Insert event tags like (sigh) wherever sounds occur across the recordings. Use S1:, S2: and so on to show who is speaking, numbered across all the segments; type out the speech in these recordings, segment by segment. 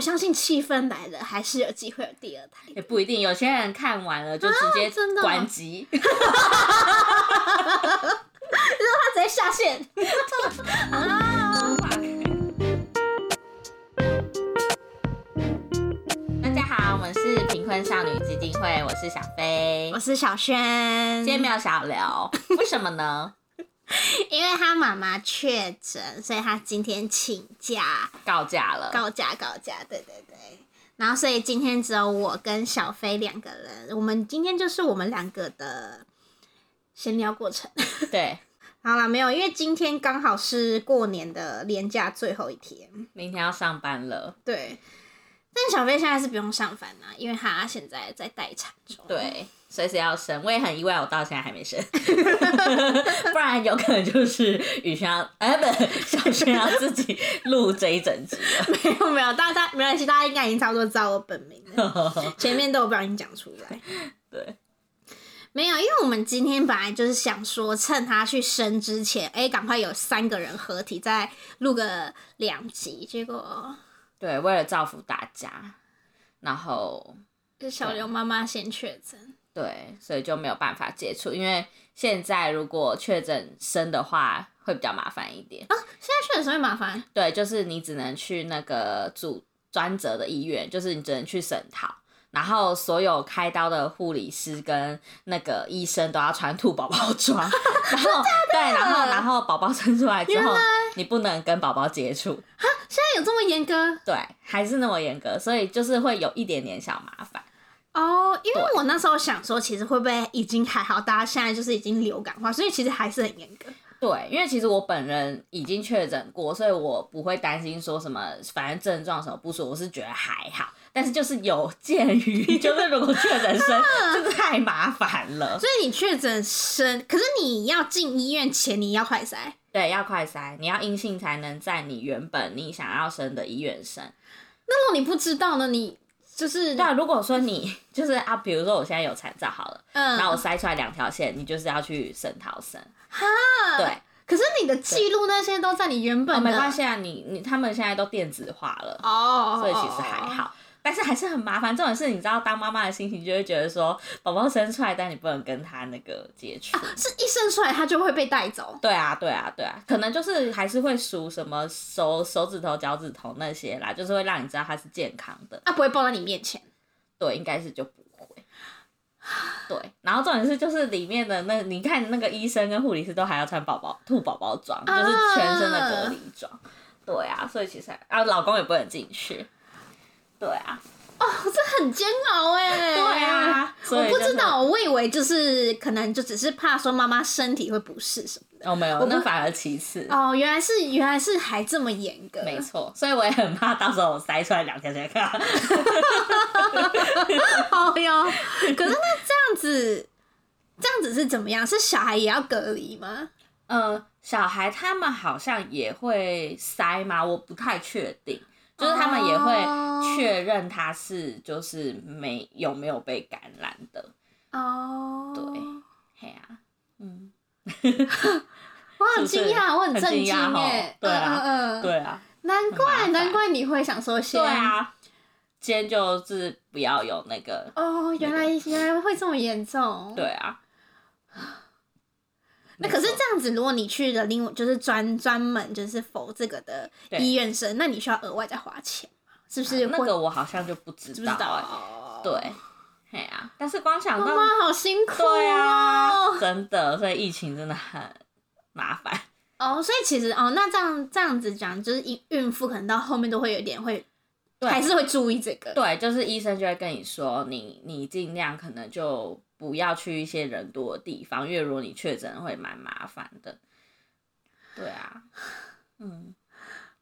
S1: 相信气氛来了，还是有机会有第二胎。
S2: (laughs) 也不一定，有些人看完了就直接
S1: 真的哦
S2: 关机。 (laughs)
S1: 他直接下线。
S2: 大家好，我们是贫困少女基金会，我是小飞
S1: 我，是小轩，
S2: 今天没有想聊，为什么呢？
S1: 因为他妈妈确诊，所以他今天请假，
S2: 告假了，
S1: 告假告假，对对对。然后，所以今天只有我跟小飞两个人，我们今天就是我们两个的闲聊过程。 (laughs)
S2: 对，
S1: 好了，没有，因为今天刚好是过年的年假最后一天，
S2: 明天要上班了，
S1: 对。但小飞现在是不用上班啊，因为他现在在待产中。
S2: 对，随时要生。我也很意外，我到现在还
S1: (laughs)
S2: 没生，不然有可能就是雨轩要，哎、不，小轩要自己录这一整集 (laughs) 了。
S1: 没 (laughs) 有没有，大家没关系，大家应该已经差不多知道我本名
S2: (laughs)
S1: 了，前面都有不小心讲出来。
S2: 对，
S1: 没有，因为我们今天本来就是想说，趁他去生之前，哎、赶快有三个人合体再录个两集。结果
S2: 对，为了造福大家，然后
S1: 小刘妈妈先确诊，
S2: 对，所以就没有办法接触，因为现在如果确诊生的话，会比较麻烦一点。
S1: 现在确诊是会麻烦，
S2: 对，就是你只能去那个主专责的医院，就是你只能去省讨。然后所有开刀的护理师跟那个医生都要穿兔宝宝装， (laughs) 然后对，然后然后宝宝生出来之后，你不能跟宝宝接触，
S1: 现在有这么严格
S2: 对，还是那么严格，所以就是会有一点点小麻烦。
S1: 哦？因为我那时候想说，其实会不会已经还好，大家现在就是已经流感化，所以其实还是很严格。
S2: 对，因为其实我本人已经确诊过，所以我不会担心说什么，反正症状什么不舒服，我是觉得还好。但是就是有鉴于， (laughs) 就是如果确诊生，真的太麻烦了。
S1: 所以你确诊生，可是你要进医院前你要快筛，
S2: 对，要快筛，你要阴性才能在你原本你想要生的医院生。
S1: 那如果你不知道呢，你就是
S2: 对啊，如果说你就是啊，比如说我现在有产兆好了，
S1: 嗯，
S2: 然后我筛出来两条线，你就是要去省逃生。
S1: 啊
S2: 对，
S1: 可是你的记录那些都在你原本
S2: 哦，
S1: 的，
S2: 没关系啊，你你他们现在都电子化了。
S1: 哦，
S2: 所以其实还好。但是还是很麻烦，这种事你知道，当妈妈的心情就会觉得说，宝宝生出来，但你不能跟他那个接触。
S1: 是一生出来他就会被带走。
S2: 对啊，对啊，对啊，可能就是还是会数什么手手指头、脚趾头那些啦，就是会让你知道他是健康的。
S1: 啊他不会抱在你面
S2: (laughs)
S1: 前，
S2: 对，应该是就不会。对，然后重点是就是里面的那，你看那个医生跟护理师都还要穿宝宝兔宝宝装，
S1: 啊
S2: 就是全身的隔离装。对啊，所以其实还啊，老公也不能进去。对啊，
S1: 很煎熬哎、
S2: 对啊所
S1: 我
S2: 以
S1: 不
S2: 就
S1: 知
S2: 是
S1: 道，我以为就是可能就只是怕说妈妈身体会不适什么
S2: 哦没有，
S1: 我不
S2: 那反而其次。
S1: 的。哦，原来是原来是还这么严格，
S2: 没错，所以我也很怕到时候我塞出来两条线看。
S1: 哦哟。可是那这样子，这样子是怎么样？是小孩也要隔离吗？
S2: (laughs) 呃，小孩他们好像也会塞吗？我不太确定，就是他们也
S1: 哦
S2: 会确认他是就是没有没有被感染的。
S1: 哦，
S2: 对嘿啊，嗯，
S1: 我很
S2: 是
S1: 惊
S2: 不是
S1: 讶，我很
S2: 很
S1: 震
S2: 惊
S1: 惊
S2: 讶吼
S1: 哎，
S2: 对啊
S1: 嗯嗯嗯，
S2: 对啊，
S1: 难怪
S2: 很麻烦
S1: 难怪你会想说先
S2: 对啊，今天就是不要有那个，
S1: 哦，原来原来会这么严重。
S2: 对，啊。
S1: 那可是
S2: 没错
S1: 这样子，如果你去了另外就是专专门就是否这个的
S2: 对啊
S1: 医院生，那你需要额外再花钱嘛是不是会？
S2: 那个我好像就不知
S1: 知不知
S2: 道、
S1: 道
S2: 欸，
S1: 啊？
S2: 对，嘿啊，但是光想
S1: 妈
S2: 到
S1: 妈好辛苦
S2: 对
S1: 哦
S2: 啊，真的，所以疫情真的很麻烦。
S1: 哦，所以其实哦，那这样这样子讲，就是孕孕妇可能到后面都会有点会，
S2: 对
S1: 还是会注意这个。
S2: 对，就是医生就会跟你说，你你尽量可能就不要去一些人多的地方，因为如果你确诊会蛮麻烦的。对啊，嗯，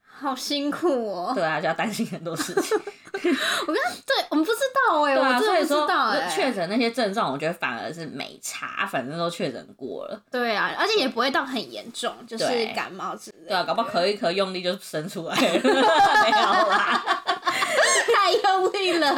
S1: 好辛苦哦。
S2: 对啊，就要担心很多事情。
S1: 我刚 (laughs) 对，我们不知道哎，
S2: 对啊，
S1: 我
S2: 所
S1: 真
S2: 以
S1: 的不
S2: 说
S1: 知道
S2: 那确
S1: 哎。
S2: 诊那些症状，我觉得反而是没差，反正都确诊过了。
S1: 对啊，而且也不会到很严重，就是
S2: 对
S1: 感冒之类的。
S2: 对啊，搞不好咳一咳，用力就生出来了， (laughs) 没有啦。
S1: 太用力了。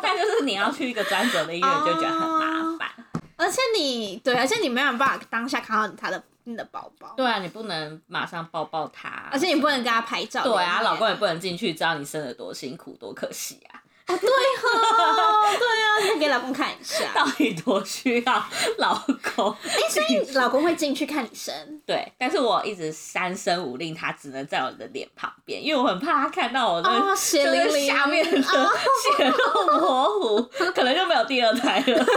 S2: 但就是你要去一个专
S1: 哦
S2: 责的医院，就觉得很麻烦。
S1: 而且你对，而且你没有办法当下看到他的你的宝宝，
S2: 对啊，你不能马上抱抱他，
S1: 而且你不能跟他拍照。
S2: 对啊，
S1: 留念
S2: 老公也不能进去，知道你生的多辛苦，多可惜啊！ (laughs)
S1: 哦，对啊，你给老公看一
S2: (laughs)
S1: 下。
S2: 到底多需要老公？
S1: 哎、所以老公会进去看你
S2: (laughs)
S1: 生，
S2: 对，但是我一直三声五令，他只能在我的脸旁边，因为我很怕他看到我的、
S1: 哦血淋
S2: 就是
S1: 淋哦
S2: 下面的血肉模糊，可能就没有第二胎了。 (laughs)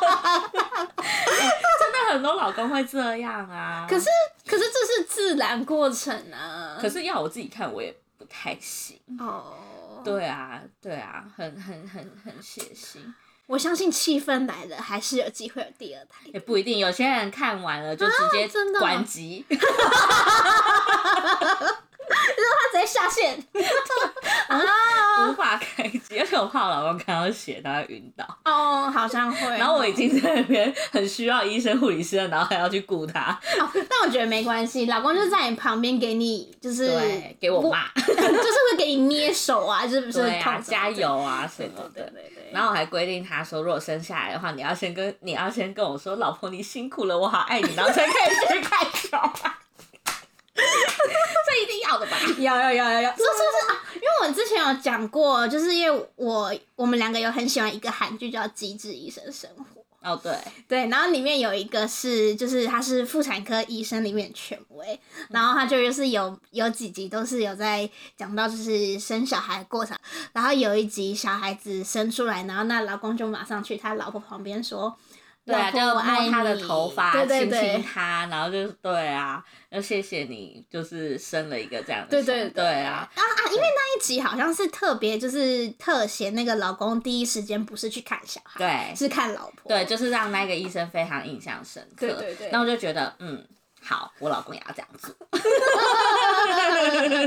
S2: 真的很多老公会这样啊，
S1: 可是可是这是自然过程啊。
S2: 可是要我自己看我也不太行。
S1: 哦，，
S2: 对啊，对啊，很很很很血腥，
S1: 我相信气氛来了，还是有机会有第二胎。
S2: 也不一定。有些人看完了就直接
S1: 真的哦
S2: 关机，
S1: 他直接下
S2: (laughs)
S1: 线
S2: 无法开机，而且我怕我老公看到血，他会晕倒。
S1: 哦，好像会。
S2: 然后我已经在那边很需要医生、护理师了，然后还要去顾他，
S1: 哦，但我觉得没关系，老公就在你旁边给你，就是
S2: 对，给我，骂，
S1: 就是会给你捏手啊，就是不是
S2: 对
S1: 痛什么
S2: 啊，加
S1: 的，
S2: 油啊什
S1: 对
S2: 么
S1: 对
S2: 的
S1: 对。对对。
S2: 然后我还规定他说，如果生下来的话，你要先跟你要先跟我说，老婆你辛苦了，我好爱你，然后才可以去看小孩。 (laughs) 这一定 (laughs) 要的吧？
S1: 有有有有有，是是是啊，因为我之前有讲过，就是因为我我们两个有很喜欢一个韩剧叫《机智医生生活》，
S2: 哦，对，
S1: 对，然后里面有一个是就是他是妇产科医生里面的权威，
S2: 嗯
S1: 然后他就就是有有几集都是有在讲到就是生小孩的过程，然后有一集小孩子生出来，然后那老公就马上去他老婆旁边说。
S2: 对啊，
S1: 老
S2: 就
S1: 婆我爱
S2: 摸他的
S1: 你
S2: 头发，
S1: 对对
S2: 亲亲
S1: 对，
S2: 他，然后就是对啊，要谢谢你，就是生了一个这样的
S1: 对
S2: 小孩，
S1: 对
S2: 对啊，
S1: 啊啊！因为那一集好像是特别，就是特写那个老公第一时间不是去看小孩，
S2: 对，
S1: 是看老婆。
S2: 对，就是让那个医生非常印象深刻。
S1: 对对对
S2: 那我就觉得，嗯，好，我老公也要这样做。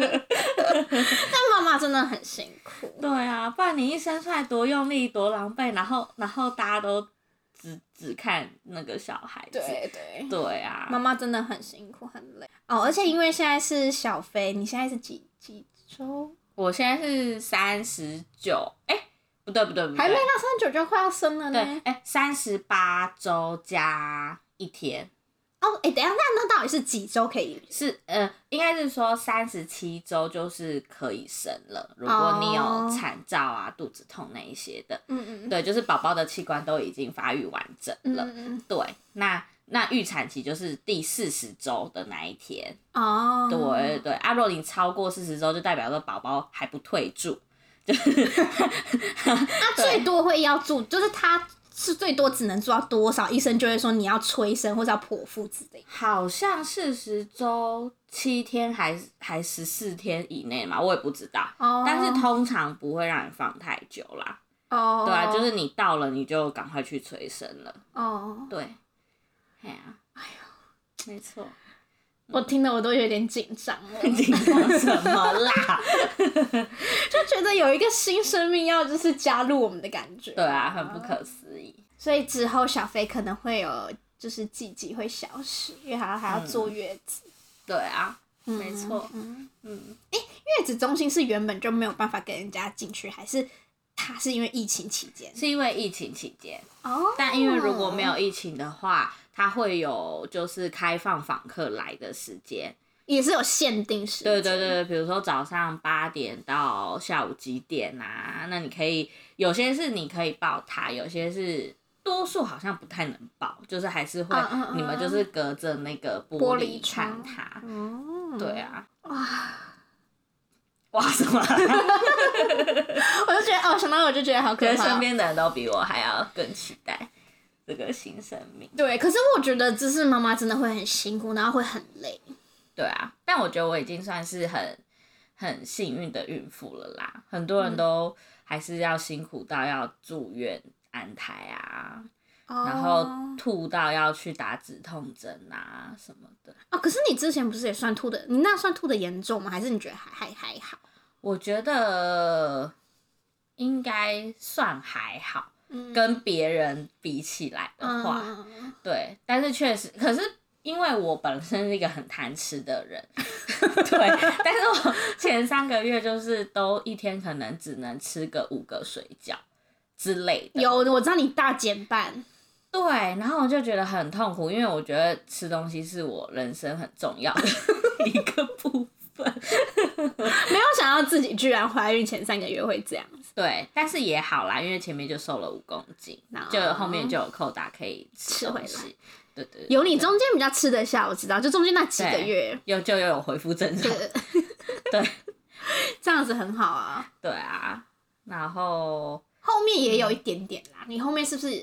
S1: 但妈妈真的很辛苦。
S2: 对啊，不然你一生出来多用力、多狼狈，然后然后大家都只只看那个小孩子。
S1: 对，
S2: 对啊，
S1: 妈妈真的很辛苦，很累哦。而且因为现在是小飞，你现在是几几周？
S2: 我现在是三十九，哎，不对不对不对，
S1: 还没到三九就快要生了
S2: 对
S1: 呢，。
S2: 哎，三十八周加一天
S1: 哦，哎、等一下，那那到底是几周可以？
S2: 是，呃，应该是说三十七周就是可以生了。如果你有
S1: 哦
S2: 产兆啊、肚子痛那一些的，
S1: 嗯嗯
S2: 对，就是宝宝的器官都已经发育完整
S1: 嗯
S2: 了。
S1: 嗯
S2: 对，那那预产期就是第四十周的那一天。
S1: 嗯哦，
S2: 对、对，啊，若你超过四十周，就代表说宝宝还不退住，就是
S1: 那
S2: 对。
S1: 最多会要住，就是他是最多只能住到多少？医生就会说你要催生或者要剖腹之类
S2: 好像四十周七天还还十四天以内嘛，我也不知道。
S1: 哦
S2: 但是通常不会让你放太久啦，
S1: 哦，
S2: 对啊，就是你到了你就赶快去催生了，
S1: 哦，
S2: 对，哎呀、哎呀，没 (laughs) 错，
S1: 我听得我都有点紧张了， (laughs)
S2: 紧张什么啦？
S1: 就觉得有一个新生命要就是加入我们的感觉。
S2: 对啊，很不可思议。
S1: 所以之后小飞可能会有就是季季会消失，因为还要还要坐月子。
S2: 对啊，嗯没错，
S1: 嗯，
S2: 嗯，
S1: 月子中心是原本就没有办法给人家进去，还是他是因为疫情期间？
S2: 是因为疫情期间，
S1: 哦，
S2: 但因为如果没有疫情的话，它会有就是开放访客来的时间。
S1: 也是有限定时
S2: 对
S1: 间。
S2: 对对，对，比如说早上八点到下午几点啊？那你可以有些是你可以报它，有些是。多数好像不太能报，就是还是会、
S1: 嗯嗯嗯
S2: 你们就是隔着那个
S1: 玻
S2: 璃
S1: 璃窗
S2: 看它，
S1: 嗯，
S2: 对啊，
S1: 哇，
S2: (laughs) 哇
S1: (laughs)
S2: 什么？
S1: 我就觉得哦，想到我就觉得好可
S2: 可能
S1: 怕
S2: 身
S1: 哦。
S2: 边的人都比我还要更期待这个新生命。
S1: 对，可是我觉得只是妈妈真的会很辛苦，然后会很累。
S2: 对啊，但我觉得我已经算是很很幸运的孕妇了啦。很多
S1: 嗯
S2: 人都还是要辛苦到要住院安胎啊，然后
S1: 哦
S2: 吐到要去打止痛针啊什么的。
S1: 哦，可是你之前不是也算吐的？你那算吐的严重吗？还是你觉得还还还好？
S2: 我觉得应该算还好，
S1: 嗯
S2: 跟别人比起来的话，
S1: 嗯嗯嗯
S2: 对，但是确实，可是因为我本身是一个很贪吃的人， (laughs) 对，但是我前三个月就是都一天可能只能吃个五个水饺之类的，
S1: 有，我知道你大减半。
S2: 对，然后我就觉得很痛苦，因为我觉得吃东西是我人生很重要
S1: (laughs)
S2: 的一个部分。
S1: 没有想到自己居然怀孕前三个月会这样子，
S2: 对，但是也好啦，因为前面就瘦了五公斤
S1: 哦
S2: 就后面就有扣打可以吃
S1: 吃回
S2: 东西
S1: 来
S2: 对对对，
S1: 有你中间比较吃得下，我知道，就中间那几个月，
S2: 又就又有恢复正常。
S1: 对，
S2: 对
S1: 这样子很好啊。
S2: 对啊，然后
S1: 后面也有一点点啦，你后面是不是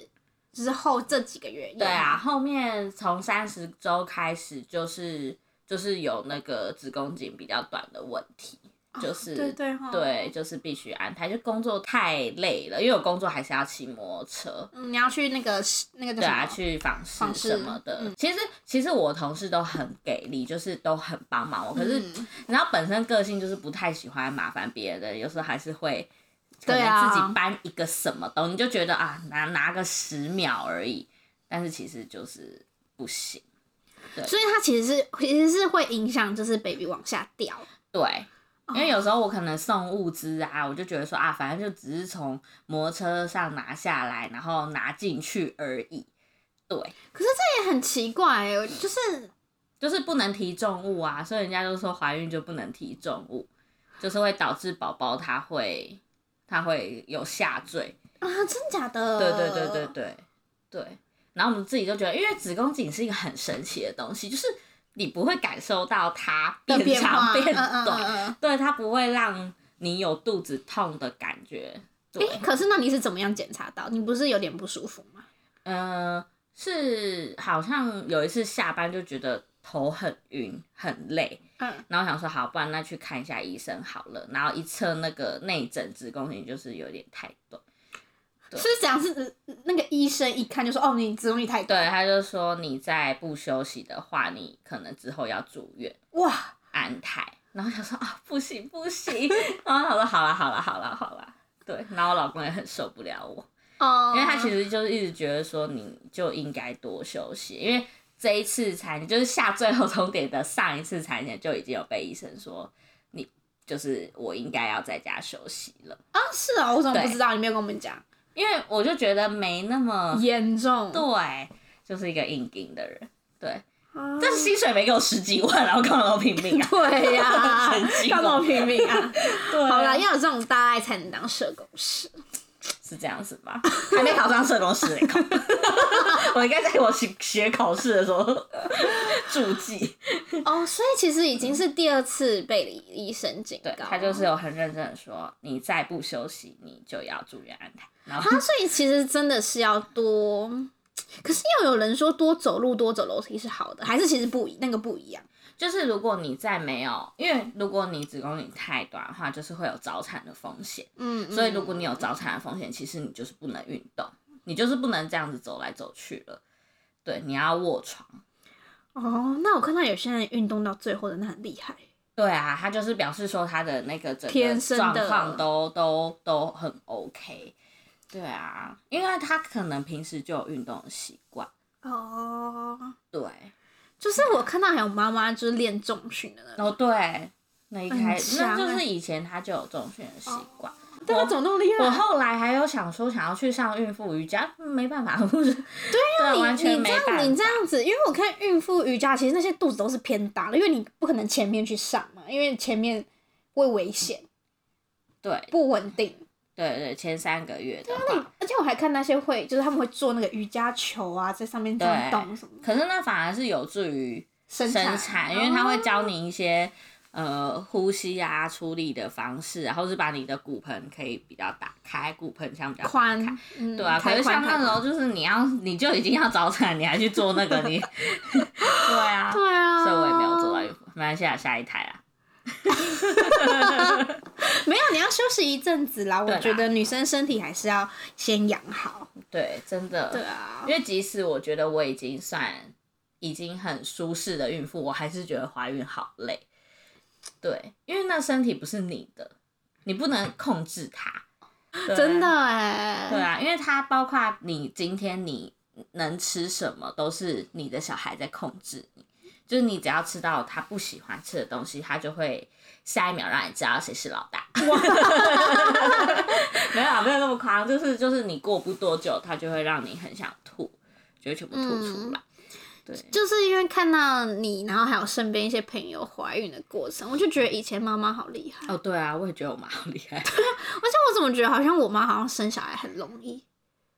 S1: 就是后这几个月？
S2: 对啊，，后面从三十周开始就是就是有那个子宫颈比较短的问题，就是、
S1: 哦对对齁
S2: 对，就是必须安排，就工作太累了，因为我工作还是要骑摩托车。
S1: 嗯，你要去那个那个叫
S2: 对
S1: 什么？
S2: 啊，去访视
S1: 访视嗯
S2: 什么的，其实其实我同事都很给力，就是都很帮忙我。可是
S1: 嗯
S2: 然后本身个性就是不太喜欢麻烦别人，有时候还是会可
S1: 对
S2: 能
S1: 啊
S2: 自己搬一个什么东西，你就觉得啊拿拿个十秒而已，但是其实就是不行。
S1: 所以它其实是其实是会影响，就是 baby 往下掉。
S2: 对，因为有时候
S1: 哦
S2: 我可能送物资啊，我就觉得说啊，反正就只是从摩托车上拿下来，然后拿进去而已。对，
S1: 可是这也很奇怪、欸，就是
S2: 就是不能提重物啊，所以人家就说怀孕就不能提重物，就是会导致宝宝他会他会有下坠。
S1: 啊，真假的？
S2: 对对对对对对。然后我们自己就觉得，因为子宫颈是一个很神奇的东西，就是你不会感受到它
S1: 的
S2: 变
S1: 变
S2: 长
S1: 化
S2: 变
S1: 嗯嗯
S2: 短，
S1: 嗯嗯
S2: 对，它不会让你有肚子痛的感觉。对，
S1: 哎、可是那你是怎么样检查到？你不是有点不舒服吗？
S2: 呃，是好像有一次下班就觉得头很晕很累，
S1: 嗯，
S2: 然后想说好，不然那去看一下医生好了。然后一测那个内诊子宫颈就是有点太短，对
S1: 是怎样？是那个医生一看就说，哦，你子宫率太短。
S2: 对，他就说你再不休息的话，你可能之后要住院。
S1: 哇，
S2: 安泰，然后想说啊，不行不行，然后他说好啦好啦好啦好啦，对，然后我老公也很受不了我，
S1: 哦、
S2: 因为他其实就是一直觉得说你就应该多休息，因为这一次产检就是下最后终点的上一次产检就已经有被医生说你就是我应该要在家休息了，
S1: 啊，是啊、我怎么
S2: 对
S1: 不知道？你没有跟我们讲，
S2: 因为我就觉得没那么
S1: 严重。
S2: 嗯对，就是一个硬顶的人，对，
S1: 啊
S2: 但是薪水没给我十几万啊，然后干嘛要拼命啊？
S1: 对呀、
S2: (laughs) 神经哦
S1: 干嘛拼命
S2: (laughs)
S1: 啊？
S2: 对啊
S1: 好啦，要有这种大爱才能当社工
S2: (laughs)
S1: 师。
S2: 是这样子吧？还没考上社工师嘞，考 (laughs) 我应该在我学学考试的时候注记。
S1: 哦，所以其实已经是第二次被李医生警
S2: 对
S1: 告，
S2: 他就是有很认真的说，你再不休息，你就要住院安胎。然后
S1: 啊，所以其实真的是要多，可是又有人说多走路、多走楼梯是好的，还是其实不一那个不一样
S2: 就是如果你再没有，因为如果你子宫颈太短的话，就是会有早产的风险。
S1: 嗯？嗯，
S2: 所以如果你有早产的风险，其实你就是不能运动，你就是不能这样子走来走去了。对，你要卧床。
S1: 哦，那我看到有些人运动到最后的那很厉害，
S2: 对啊，他就是表示说他的那个整
S1: 天
S2: 个
S1: 生
S2: 状
S1: 的
S2: 况都都都很 OK。对啊，因为他可能平时就有运动的习惯。
S1: 哦，
S2: 对，
S1: 就是我看到还有妈妈就是练重训的那种，
S2: 哦对，那一开
S1: 很
S2: 那
S1: 强
S2: 就
S1: 欸哦
S2: 是以前他就有重训的习惯。
S1: 但啊她怎么那么厉害
S2: 我？后来还有想说想要去上孕妇瑜伽，嗯没办法，不是？对
S1: 啊
S2: 啊
S1: 你
S2: 完全
S1: 你
S2: 没
S1: 这
S2: 办
S1: 样
S2: 法。
S1: 你这样子，因为我看孕妇瑜伽，其实那些肚子都是偏大的，因为你不可能前面去上嘛，因为前面会危险，
S2: 对
S1: 不稳定。
S2: 对对，前三个月的
S1: 对啊
S2: 话，
S1: 而且我还看那些会，就是他们会做那个瑜伽球啊，在上面这样
S2: 对
S1: 动什么
S2: 可是那反而是有助于
S1: 生
S2: 生产，因为它
S1: 哦
S2: 会教你一些呃呼吸啊、出力的方式，然后是把你的骨盆可以比较打开，骨盆腔比较打开
S1: 宽，嗯
S2: 对啊，可
S1: 开
S2: 是像
S1: 宽开
S2: 那时候
S1: 宽
S2: 就是你要你就已经要早产，你还去做那个，你 (laughs) 对
S1: (laughs)
S2: 啊，
S1: 对啊，
S2: 所以我也没有做到，没关系啊，下一台啊，
S1: 没有，你要休息一阵子啦。
S2: 对
S1: 我
S2: 啦
S1: 觉得女生身体还是要先养好。
S2: 对，真的，
S1: 对啊，
S2: 因为即使我觉得我已经算已经很舒适的孕妇，我还是觉得怀孕好累。对，因为那身体不是你的，你不能控制它。
S1: (laughs)
S2: 对
S1: 真的哎、
S2: 对啊，因为它包括你今天你能吃什么，都是你的小孩在控制你。就是你只要吃到他不喜欢吃的东西，他就会下一秒让你知道谁是老大。 (laughs) 没有啊没有那么夸张，就是就是你过不多久，他就会让你很想吐。就会全部吐出来。对，
S1: 就是因为看到你，然后还有身边一些朋友怀孕的过程，我就觉得以前妈妈好厉害。
S2: 哦，对啊，我也觉得我妈好厉害。
S1: 而且我怎么觉得好像我妈好像生小孩很容易？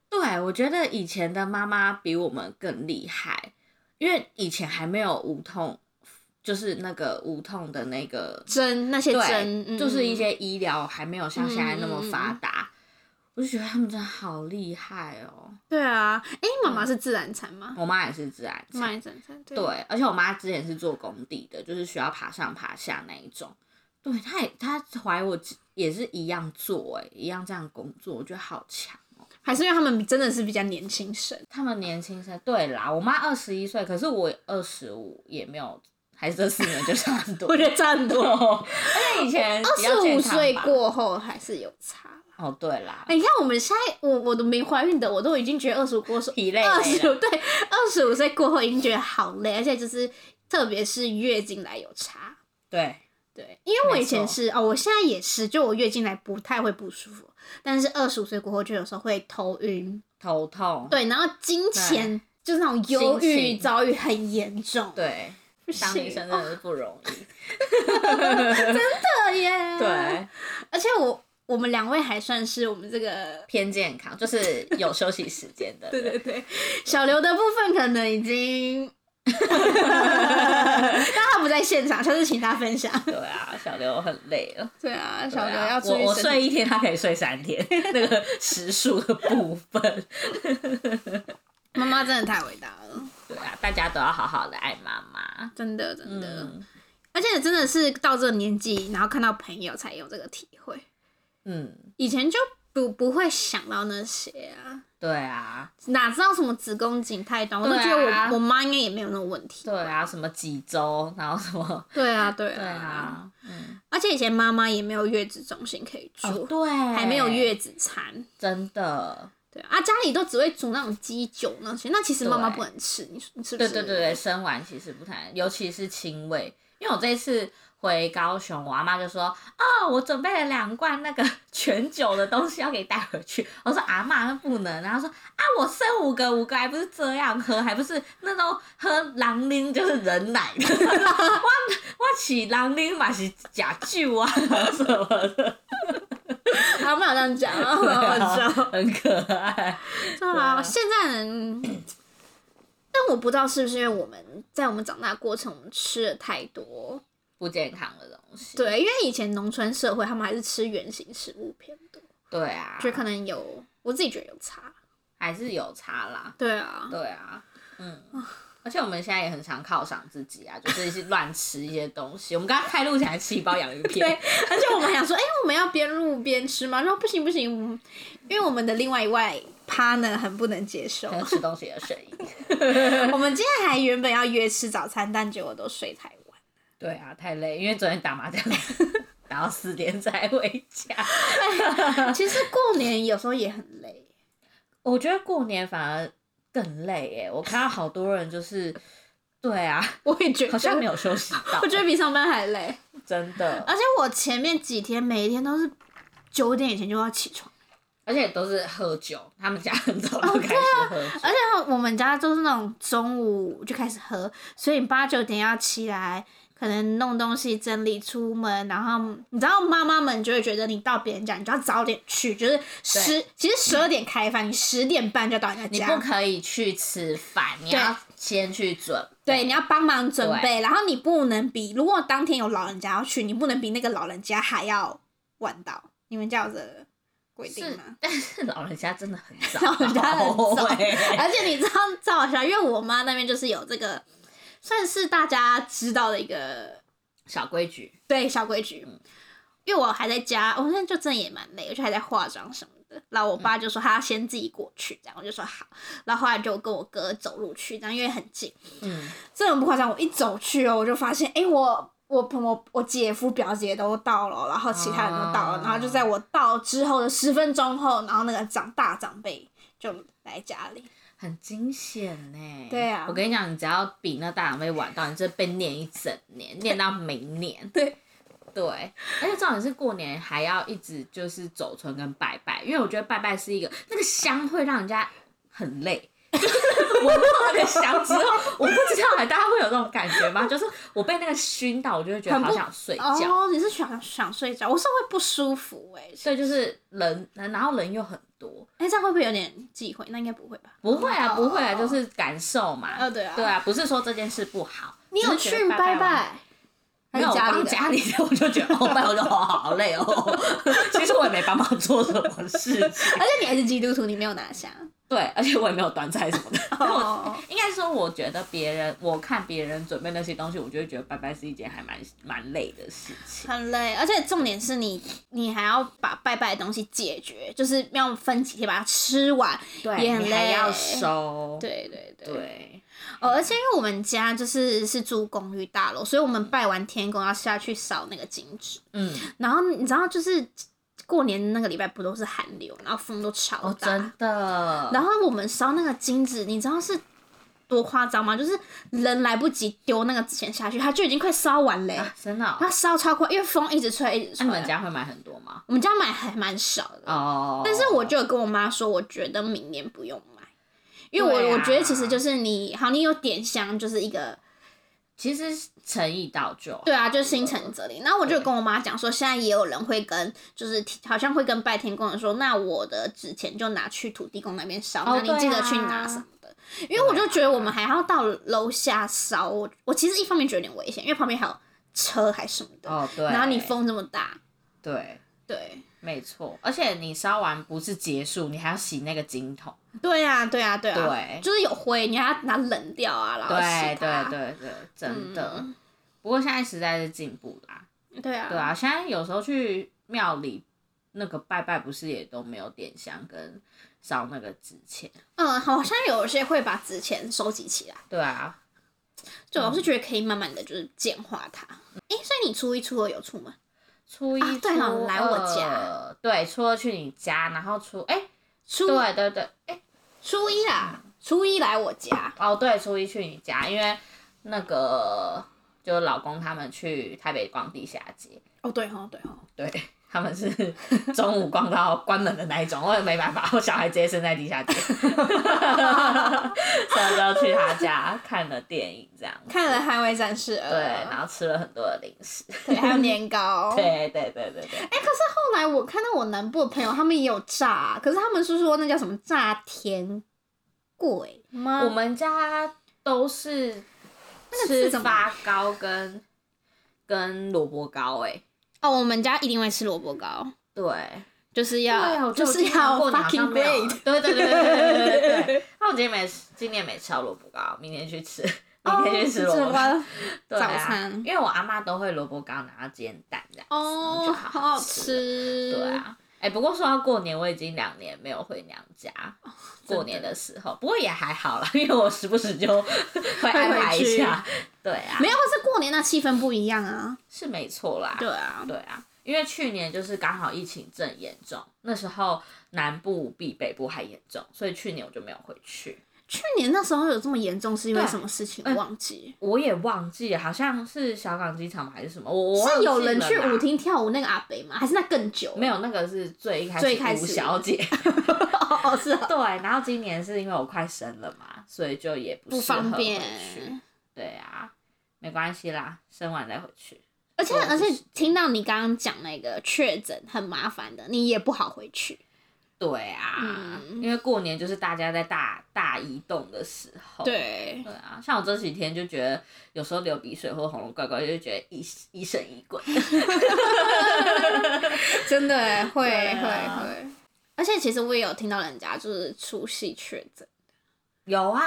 S2: 对，我觉得以前的妈妈比我们更厉害，因为以前还没有无痛，就是那个无痛的那个，
S1: 针那些针、
S2: 对，
S1: 嗯
S2: 就是一些医疗还没有像现在那么发
S1: 嗯嗯嗯
S2: 达。我就觉得他们真的好厉害哦！
S1: 对啊。哎、妈
S2: 嗯
S1: 妈是自然产吗？
S2: 我妈也是自然
S1: 妈
S2: 产，
S1: 也自然产，对。
S2: 对，而且我妈之前是做工地的，就是需要爬上爬下那一种。对，她也她怀我也是一样做、欸，一样这样工作，我觉得好强哦。
S1: 还是因为他们真的是比较年轻生， (laughs)
S2: 他们年轻生，对啦，我妈二十一岁，可是我二十五也没有，还是这四年就差
S1: (laughs)
S2: 很多。
S1: 觉得差很
S2: 对。而且以前
S1: 二
S2: 比
S1: 十
S2: 较健
S1: 五
S2: 康
S1: 岁
S2: 吧
S1: 过后还是有差。
S2: 哦，对啦，
S1: 哎你看我们现在，我我都没怀孕的，我都已经觉得二十五过后，
S2: 疲累
S1: 二
S2: 累
S1: 十 (laughs)
S2: 了
S1: 五对二十五岁过后已经觉得好累，而且就是特别是月经来有差。
S2: 对，
S1: 对，因为我以前
S2: 没错
S1: 是哦，我现在也是，就我月经来不太会不舒服，但是二十五岁过后就有时候会头晕，
S2: 头痛，
S1: 对，然后金钱就是那种忧
S2: 心
S1: 郁
S2: 情
S1: 遭遇很严重，，
S2: 对，当医生真的是不容易，
S1: 的耶，
S2: 对，
S1: 而且我我们两位还算是我们这个，
S2: 偏健康就是有休息时间的
S1: (laughs)
S2: 人，
S1: 对对对，小刘的部分可能已经， (laughs) 但他不在现场，下次请他分享。
S2: 对啊，小刘很累了，
S1: 对啊，
S2: 对
S1: 小刘
S2: 啊
S1: 要注
S2: 我
S1: 意
S2: 我
S1: 身体。
S2: 睡一天，他可以睡三天， (laughs) 那个时数的部分，
S1: 妈妈真的太伟大了，
S2: 对啊，大家都要好好的爱妈妈，
S1: 真的真的，
S2: 嗯
S1: 而且真的是到这个年纪，然后看到朋友才有这个体会，
S2: 嗯，
S1: 以前就不不会想到那些啊。
S2: 对啊，
S1: 哪知道什么子宫颈太短，我都
S2: 对啊
S1: 觉得我我妈应该也没有那种问题。
S2: 对啊，什么几周，然后什么，
S1: 对啊， (laughs) 对啊，
S2: 对 (laughs) 啊，嗯，
S1: 而且以前妈妈也没有月子中心可以住，
S2: 哦对，
S1: 还没有，月子餐。
S2: 真的，
S1: 对啊，家里都只会煮那种鸡酒那些，那其实妈妈
S2: 对
S1: 不能吃，你你是不
S2: 对
S1: 是？
S2: 对对对，生完其实不太，尤其是亲喂，因为我这一次回高雄，我阿妈就说，哦，我准备了两罐那个 (laughs) 全酒的东西要给带回去，我说阿妈那不能，然后她说啊，我生五个，五个还不是这样喝，还不是那都喝狼拎就是人奶的， (laughs) 我我起狼拎嘛是假酒啊什么的，
S1: 啊，没有这样讲， (laughs) 然后
S2: 对
S1: (laughs) 我
S2: 啊
S1: 就
S2: (laughs) 很可爱。
S1: 对啊，现在人，但我不知道是不是因为我们在我们长大的过程，我们吃的太多。
S2: 不健康的东西。
S1: 对，因为以前农村社会，他们还是吃原形食物偏多，
S2: 对啊，
S1: 就可能有我自己觉得有差。
S2: 还是有差啦。
S1: 对啊，
S2: 对啊，嗯，而且我们现在也很常犒赏自己啊，就是一些乱吃一些东西。我们刚刚开录前还吃一包洋芋
S1: 对
S2: 片，，
S1: 而且我们还想说，哎、我们要边录边吃吗？然后不行不行，嗯因为我们的另外一位 partner 很不能接受
S2: 可。能吃东西的声音。
S1: (laughs) 我们今天还原本要约吃早餐，但结果都睡太晚。
S2: 对啊，太累，因为昨天打麻将打到四点才回家。
S1: (laughs) 其实过年有时候也很累，
S2: 我觉得过年反而更累耶，我看到好多人就是，对啊，
S1: 我也觉得
S2: 好像没有休息到，
S1: 我觉得比上班还累。
S2: 真的，
S1: 而且我前面几天每一天都是九点以前就要起床，
S2: 而且都是喝酒，他们家很早
S1: 哦
S2: 就开始喝酒。
S1: 而且我们家都是那种中午就开始喝，所以你八九点要起来，可能弄东西、整理、出门，然后你知道妈妈们就会觉得你到别人家，你就要早点去，就是十其实十二点开饭，你十点半就要到人
S2: 你
S1: 家
S2: 不
S1: 家。
S2: 可以去吃饭，你
S1: 对
S2: 要先去准备。
S1: 对，你要帮忙准备，然后你不能比，如果当天有老人家要去，你不能比那个老人家还要晚到。你们家有这个规定
S2: 是
S1: 吗？，
S2: (laughs) (laughs) 但是老人家真的很早，欸
S1: 老人家很早
S2: 对
S1: 而且你知道，照好笑，因为我妈那边就是有这个，算是大家知道的一个
S2: 小规矩，
S1: 对小规矩。因为我还在家，我现在就真的也蛮累，我就还在化妆什么的。然后我爸就说他要先自己过去，这样我就说好。然后后来就跟我哥走路去，这样因为很近。
S2: 嗯，
S1: 真的不夸张，我一走去哦，我就发现，哎、我我朋我我姐夫表姐都到了，然后其他人都到了，
S2: 啊
S1: 然后就在我到之后的十分钟后，然后那个长大长辈就来家里。
S2: 很惊险呢。
S1: 对啊
S2: 我跟你讲，你只要比那大长辈晚到，你就被念一整年，念到明年。
S1: 对
S2: 对，而且重点是过年还要一直就是走村跟拜拜，因为我觉得拜拜是一个那个香会让人家很累。 (laughs) 就是闻到那个香之后，我不知道啊大家会有这种感觉吗？就是我被那个熏到，我就会觉得
S1: 很
S2: 好
S1: 不
S2: 想睡觉。
S1: 哦，你是想想睡觉，我是会不舒服哎、
S2: 所以就是人，然后人又很多，
S1: 哎、这样会不会有点忌讳？那应该不会吧？
S2: 不会啊，
S1: 哦
S2: 不会啊，就是感受嘛。
S1: 哦对啊
S2: 对啊，不是说这件事不好。
S1: 你有
S2: 只是觉
S1: 去
S2: 得
S1: 拜
S2: 完？
S1: 拜？还
S2: 没
S1: 是
S2: 有，我
S1: 家里
S2: 帮
S1: 的？
S2: 家里的，我就觉得哦，拜我就好好累哦。 (laughs) 其实我也没帮忙做什么事情，
S1: 而且你还是基督徒，你没有拿下。
S2: 对，而且我也没有端菜什么的。
S1: (laughs) 哦，
S2: (laughs) 应该说，我觉得别人，我看别人准备那些东西，我就会觉得拜拜是一件还蛮蛮累的事情。
S1: 很累，而且重点是你，你还要把拜拜的东西解决，就是要分几天把它吃完。也很
S2: 你还
S1: 累
S2: 要收，
S1: 对对对。
S2: 对，
S1: 哦，而且因为我们家就是是住公寓大楼，所以我们拜完天公要下去扫那个金纸。
S2: 嗯，
S1: 然后你知道，就是过年那个礼拜不都是寒流，然后风都超
S2: 哦，
S1: 大。
S2: 真的，
S1: 然后我们烧那个金纸，你知道是多夸张吗？就是人来不及丢那个纸钱下去，它就已经快烧完嘞、
S2: 啊真的哦，
S1: 它烧超快，因为风一直吹，一直
S2: 那
S1: 吹。
S2: 你们家会买很多吗？
S1: 我们家买还蛮少的，
S2: 哦，
S1: 但是我就有跟我妈说，我觉得明年不用买，因为我、
S2: 对啊
S1: 我觉得其实就是你好，你有点香就是一个
S2: 其实诚意到就好
S1: 对啊，就心诚则灵。然后我就跟我妈讲说，现在也有人会跟就是好像会跟拜天公的说，那我的纸钱就拿去土地公那边烧，
S2: 哦
S1: 那你记得去
S2: 对啊啊
S1: 拿什么的。因为我就觉得我们还要到楼下烧，我我其实一方面觉得有点危险，因为旁边还有车还什么的，
S2: 哦，对，
S1: 然后你风这么大，
S2: 对。
S1: 对。
S2: 没错，而且你烧完不是结束，你还要洗那个金桶。
S1: 对啊，对啊，对啊，
S2: 对
S1: 就是有灰，你还要拿冷掉啊，然后
S2: 对
S1: 洗它嗯
S2: 对对对，真的。不过现在时代是进步啦，
S1: 对啊，
S2: 对啊，现在有时候去庙里那个拜拜，不是也都没有点香跟烧那个纸钱？
S1: 嗯，好像有些会把纸钱收集起来，
S2: 对啊，
S1: 对，我是
S2: 嗯
S1: 觉得可以慢慢的就是简化它。哎、所以你初一初二有出门？
S2: 初一、
S1: 啊对了
S2: 初
S1: 来我家
S2: 二，对，初二去你家，然后初哎、
S1: 初
S2: 对对对，哎、
S1: 初一啦，初一来我家，
S2: 哦对，初一去你家，因为那个就老公他们去台北逛地下街，
S1: 哦对哦对哦，
S2: 对，他们是
S1: (laughs)
S2: 中午逛到关门的那一种，我也没办法，我小孩直接生在
S1: (laughs)
S2: 地下街，所以我就去他家看了电影，这样
S1: 看了《捍卫战士二》，啊
S2: 对，然后吃了很多的零食，
S1: 对，还有年糕。哎、
S2: (laughs) 对对对对对，
S1: 可是后来我看到我南部的朋友他们也有炸，可是他们是说那叫什么炸甜鬼吗？
S2: 我们家都是
S1: 嗯个
S2: 吃
S1: 是什么
S2: 发糕跟跟萝卜糕、欸，哎，
S1: 哦，我们家一定会吃萝卜糕。
S2: 对。
S1: 就是
S2: 对啊，
S1: 要
S2: 我就
S1: 就是
S2: 有听到
S1: 要
S2: 过年好
S1: fucking
S2: 像没有
S1: great。
S2: 对对对对对对对
S1: (laughs)
S2: 对。那我今天没今年没吃到萝卜糕，明天去吃，明天去吃萝卜糕。
S1: 哦
S2: 对
S1: 早
S2: 啊
S1: 餐
S2: 因为我阿妈都会萝卜糕，然后煎蛋这样子，我
S1: 哦，
S2: 觉得
S1: 好
S2: 好
S1: 好。吃。
S2: 对，啊，
S1: 嗯
S2: 哎、不过说到过年，我已经两年没有回娘家。
S1: 哦真的
S2: 过年的时候，不过也还好啦，因为我时不
S1: (laughs)
S2: 时就会安排一下。对啊，
S1: 没有，是过年那气氛不一样啊。
S2: 是没错啦。
S1: 对啊，
S2: 对啊，因为去年就是刚好疫情正严重，那时候南部比北部还严重，所以去年我就没有回去。
S1: 去年那时候有这么严重，是因为
S2: 对
S1: 什么事情？
S2: 嗯
S1: 我忘记。
S2: 我也忘记了，好像是小港机场吧还是什么，我我
S1: 是有
S2: 忘记
S1: 人去
S2: 了啦
S1: 舞厅跳舞那个阿北吗？还是那更久？
S2: 没有，那个是最一开始
S1: 最一开
S2: 吴
S1: 始
S2: 小
S1: (laughs)
S2: 姐。
S1: 哦哦是啊
S2: 对，然后今年是因为我快生了嘛，所以就也不
S1: 不
S2: 适合
S1: 方
S2: 回
S1: 便。
S2: 去。对啊，没关系啦，生完再回去。
S1: 而且
S2: 我也不
S1: 而且
S2: 是
S1: 听到你刚刚讲那个确诊很麻烦的，你也不好回去。
S2: 对啊，
S1: 嗯
S2: 因为过年就是大家在大大移动的时候。。
S1: 对，
S2: 对啊，像我这几天就觉得有时候流鼻水或喉咙怪怪，就觉得疑疑神疑鬼。
S1: 真的欸会
S2: 对啊
S1: 会。而且其实我也有听到人家就是出戏确诊。
S2: (laughs) 有啊，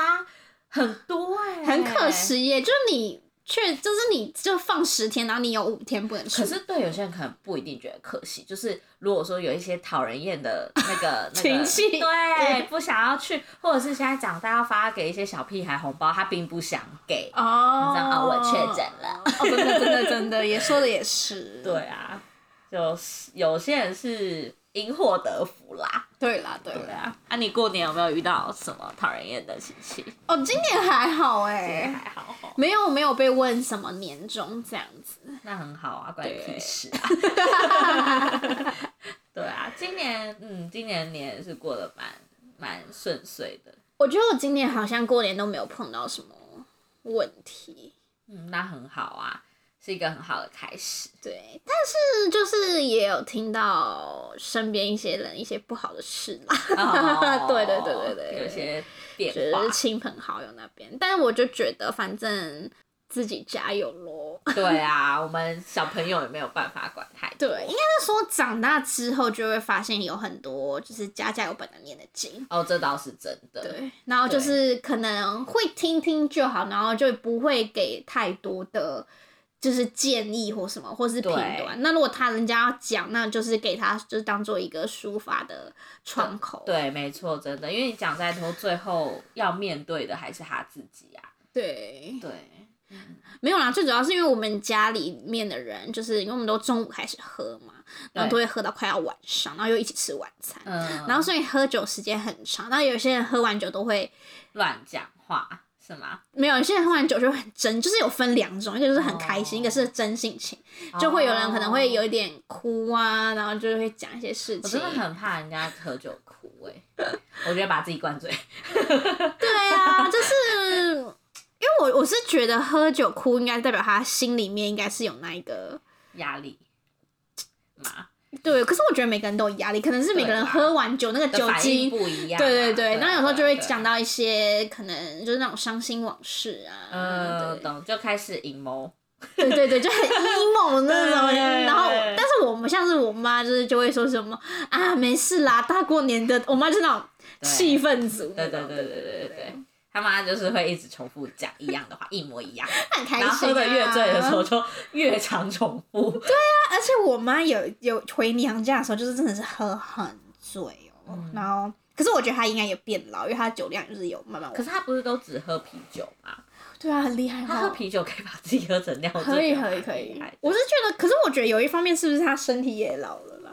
S2: 很多哎、
S1: 很可。惜耶，就是你却就是你就放十天，然后你有五天不能出，
S2: 可是对有些人可能不一定觉得可惜，就是如果说有一些讨人厌的那
S1: (laughs)
S2: 个那个
S1: 情绪
S2: 对，不想要去，或者是现在长大要发给一些小屁孩红包，他并不想给。
S1: 哦
S2: 你知道啊我确诊了，
S1: 哦，真的真的真的也说的也是，
S2: 对啊，就是有些人是因祸得福啦。
S1: 对啦对
S2: 对
S1: 啦，
S2: 啊，啊，你过年有没有遇到什么讨人厌的亲戚？
S1: 哦，今年还好
S2: 也
S1: 哎。
S2: 还好哦。
S1: 没有没有被问什么年终这样子，
S2: 那很好啊，关你
S1: 对
S2: 屁事啊！
S1: (laughs)
S2: 对啊，今年嗯，今年年也是过得蛮蛮顺遂的，
S1: 我觉得我今年好像过年都没有碰到什么问题，
S2: 嗯，那很好啊，是一个很好的开
S1: (laughs)
S2: 始。
S1: 对，但是就是也有听到身边一些人一些不好的事啦，
S2: 哦
S1: 对对对对对
S2: 有些变化
S1: 就是，亲朋好友那边，但是我就觉得反正自己加油喽。
S2: 对啊，我们小朋友也没有办法管太多。
S1: (laughs) 对，应该是说长大之后就会发现有很多就是家家有本难念的经。
S2: 哦，这倒是真的。
S1: 对，然后就是可能会听听就好，然后就不会给太多的就是建议或什么，或是评断。那如果他人家要讲，那就是给他就是当做一个抒发的窗口。
S2: 对，没错，真的，因为你讲再多，最后要面对的还是他自己啊。
S1: 对，
S2: 对，
S1: 没有啦，最主要是因为我们家里面的人，就是因为我们都中午开始喝嘛，然后
S2: 对
S1: 都会喝到快要晚上，然后又一起吃晚餐。
S2: 嗯，
S1: 然后所以喝酒时间很长，那有些人喝完酒都会
S2: 乱讲话是吗？
S1: 没有，有些人喝完酒就会很真，就是有分两种，一个就是很开心，
S2: 哦
S1: 一个是真性情，就会有人可能会有
S2: 哦，
S1: 一点哭啊，然后就会讲一些事
S2: 我
S1: 情
S2: 真的。很怕人家喝酒哭哎、我觉得把自己灌醉。
S1: 对啊，就是因为我我是觉得喝酒哭应该代表他心里面应该是有那一个
S2: 压力嘛，
S1: 对，可是我觉得每个人都有压力，可能是每个
S2: 对
S1: 人
S2: 啦
S1: 喝完酒那个
S2: 的
S1: 酒
S2: 反
S1: 精。
S2: 应不一样嘛。
S1: 对对对，那有时候就会
S2: 对
S1: 讲到一些可能就是那种伤心往事啊，
S2: 呃，
S1: 对
S2: 懂，就开始阴谋。
S1: 对对对，就很 emo 那种。
S2: (laughs) 对对
S1: 然后
S2: 对，
S1: 但是我们像是我妈，就是就会说什么啊，没事啦，大过年的，我妈就是那种
S2: 对
S1: 气氛组那
S2: 对对
S1: 种，
S2: 对对对对对，他妈就是会一直重复讲一样的话，一模一样。
S1: 她很开心、
S2: 然
S1: 啊。
S2: 后喝的越醉的时候，就越常重复。 (laughs) 对，
S1: 而且我妈有有回娘家的时候，就是真的是喝很醉哦，然后。可是我觉得她应该也变老，因为她酒量就是有慢慢往。
S2: 可是他不是都只喝啤酒吗？
S1: 对啊，很厉害哦。
S2: 他喝啤酒可以把自己喝成那样，
S1: 可以
S2: 我觉
S1: 可以
S2: 得蛮
S1: 可
S2: 哦厉
S1: 以
S2: 害的，
S1: 我是觉得，可是我觉得有一方面是不是她身体也老了啦？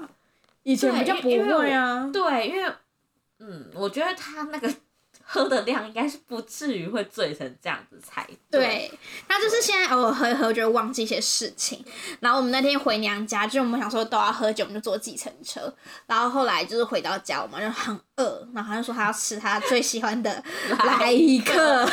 S1: 以前
S2: 对
S1: 比较
S2: 因
S1: 不
S2: 因为
S1: 会啊。
S2: 对，因为嗯，我觉得他那个喝的量应该是不至于会醉成这样子才
S1: 对，他就是现在偶尔喝一喝，就会忘记一些事情。然后我们那天回娘家，就是我们想说都要喝酒，我们就坐计程车。然后后来就是回到家，我们就很饿，然后他就说他要吃他最喜欢
S2: (laughs)
S1: 的来一克，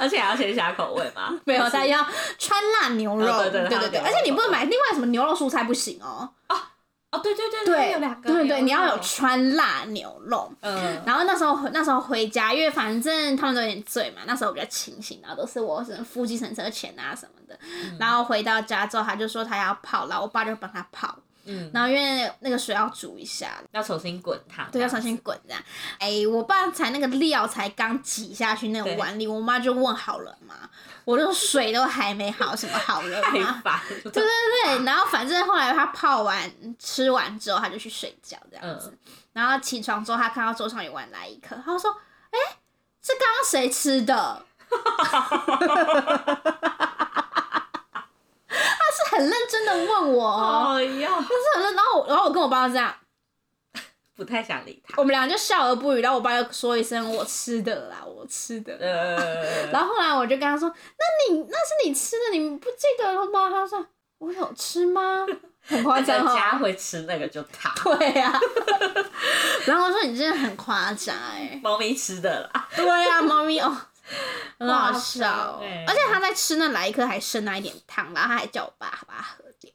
S2: 而且还要先下口味嘛。
S1: (laughs) (laughs) 没有，
S2: 就是
S1: 他要川辣牛肉，
S2: 哦对
S1: 对
S2: 对他有牛肉
S1: 而且你不能买另外什么牛肉蔬菜不行哦，
S2: 哦，对对对
S1: 对
S2: 有两，个，
S1: 对对，你要
S2: 两
S1: 有
S2: 个
S1: 川辣牛肉。
S2: 嗯，
S1: 然后那时候那时候回家，因为反正他们都有点醉嘛，那时候我比较清醒，然后都是我什么付计程车钱啊什么的。然后回到家之后，他就说他要泡，然后我爸就帮他泡。
S2: 嗯
S1: 然后因为那个水要煮一下，
S2: 要重新滚烫，
S1: 对，要重新滚这样。哎，我爸才那个料才刚挤下去那个
S2: 对
S1: 碗里，我妈就问好了吗？我就说水都还没好，什么好了
S2: 太
S1: 吗？ (laughs)
S2: 烦，
S1: 对对对，然后反正后来他泡完吃完之后，他就去睡觉这样子。
S2: 嗯
S1: 然后起床之后，他看到桌上有碗来一颗，他就说：“哎、这刚刚谁吃的？” (laughs) 他是很认真的问我 (laughs) 哦，
S2: 哦哟，
S1: 他是很认，然后我然后我跟我爸这样，
S2: 不太想理他。
S1: 我们俩就笑而不语，然后我爸就说一声：“我吃的啦，我吃的。” (laughs)
S2: 呃，
S1: 然后后来我就跟他说：“那你那是你吃的，你不记得了吗？”他说：“我有吃吗？”很夸
S2: 大 (laughs)
S1: 张哦。
S2: 家会吃那个就他，
S1: 对呀、 (laughs) 然后我说你真的很夸张哎。
S2: 猫咪吃的啦。
S1: 对呀、猫咪
S2: (laughs)
S1: 哦，很好笑、
S2: 夸张欸
S1: 而且他在吃那来一颗还剩那一点汤，然后他还叫我爸把它喝掉。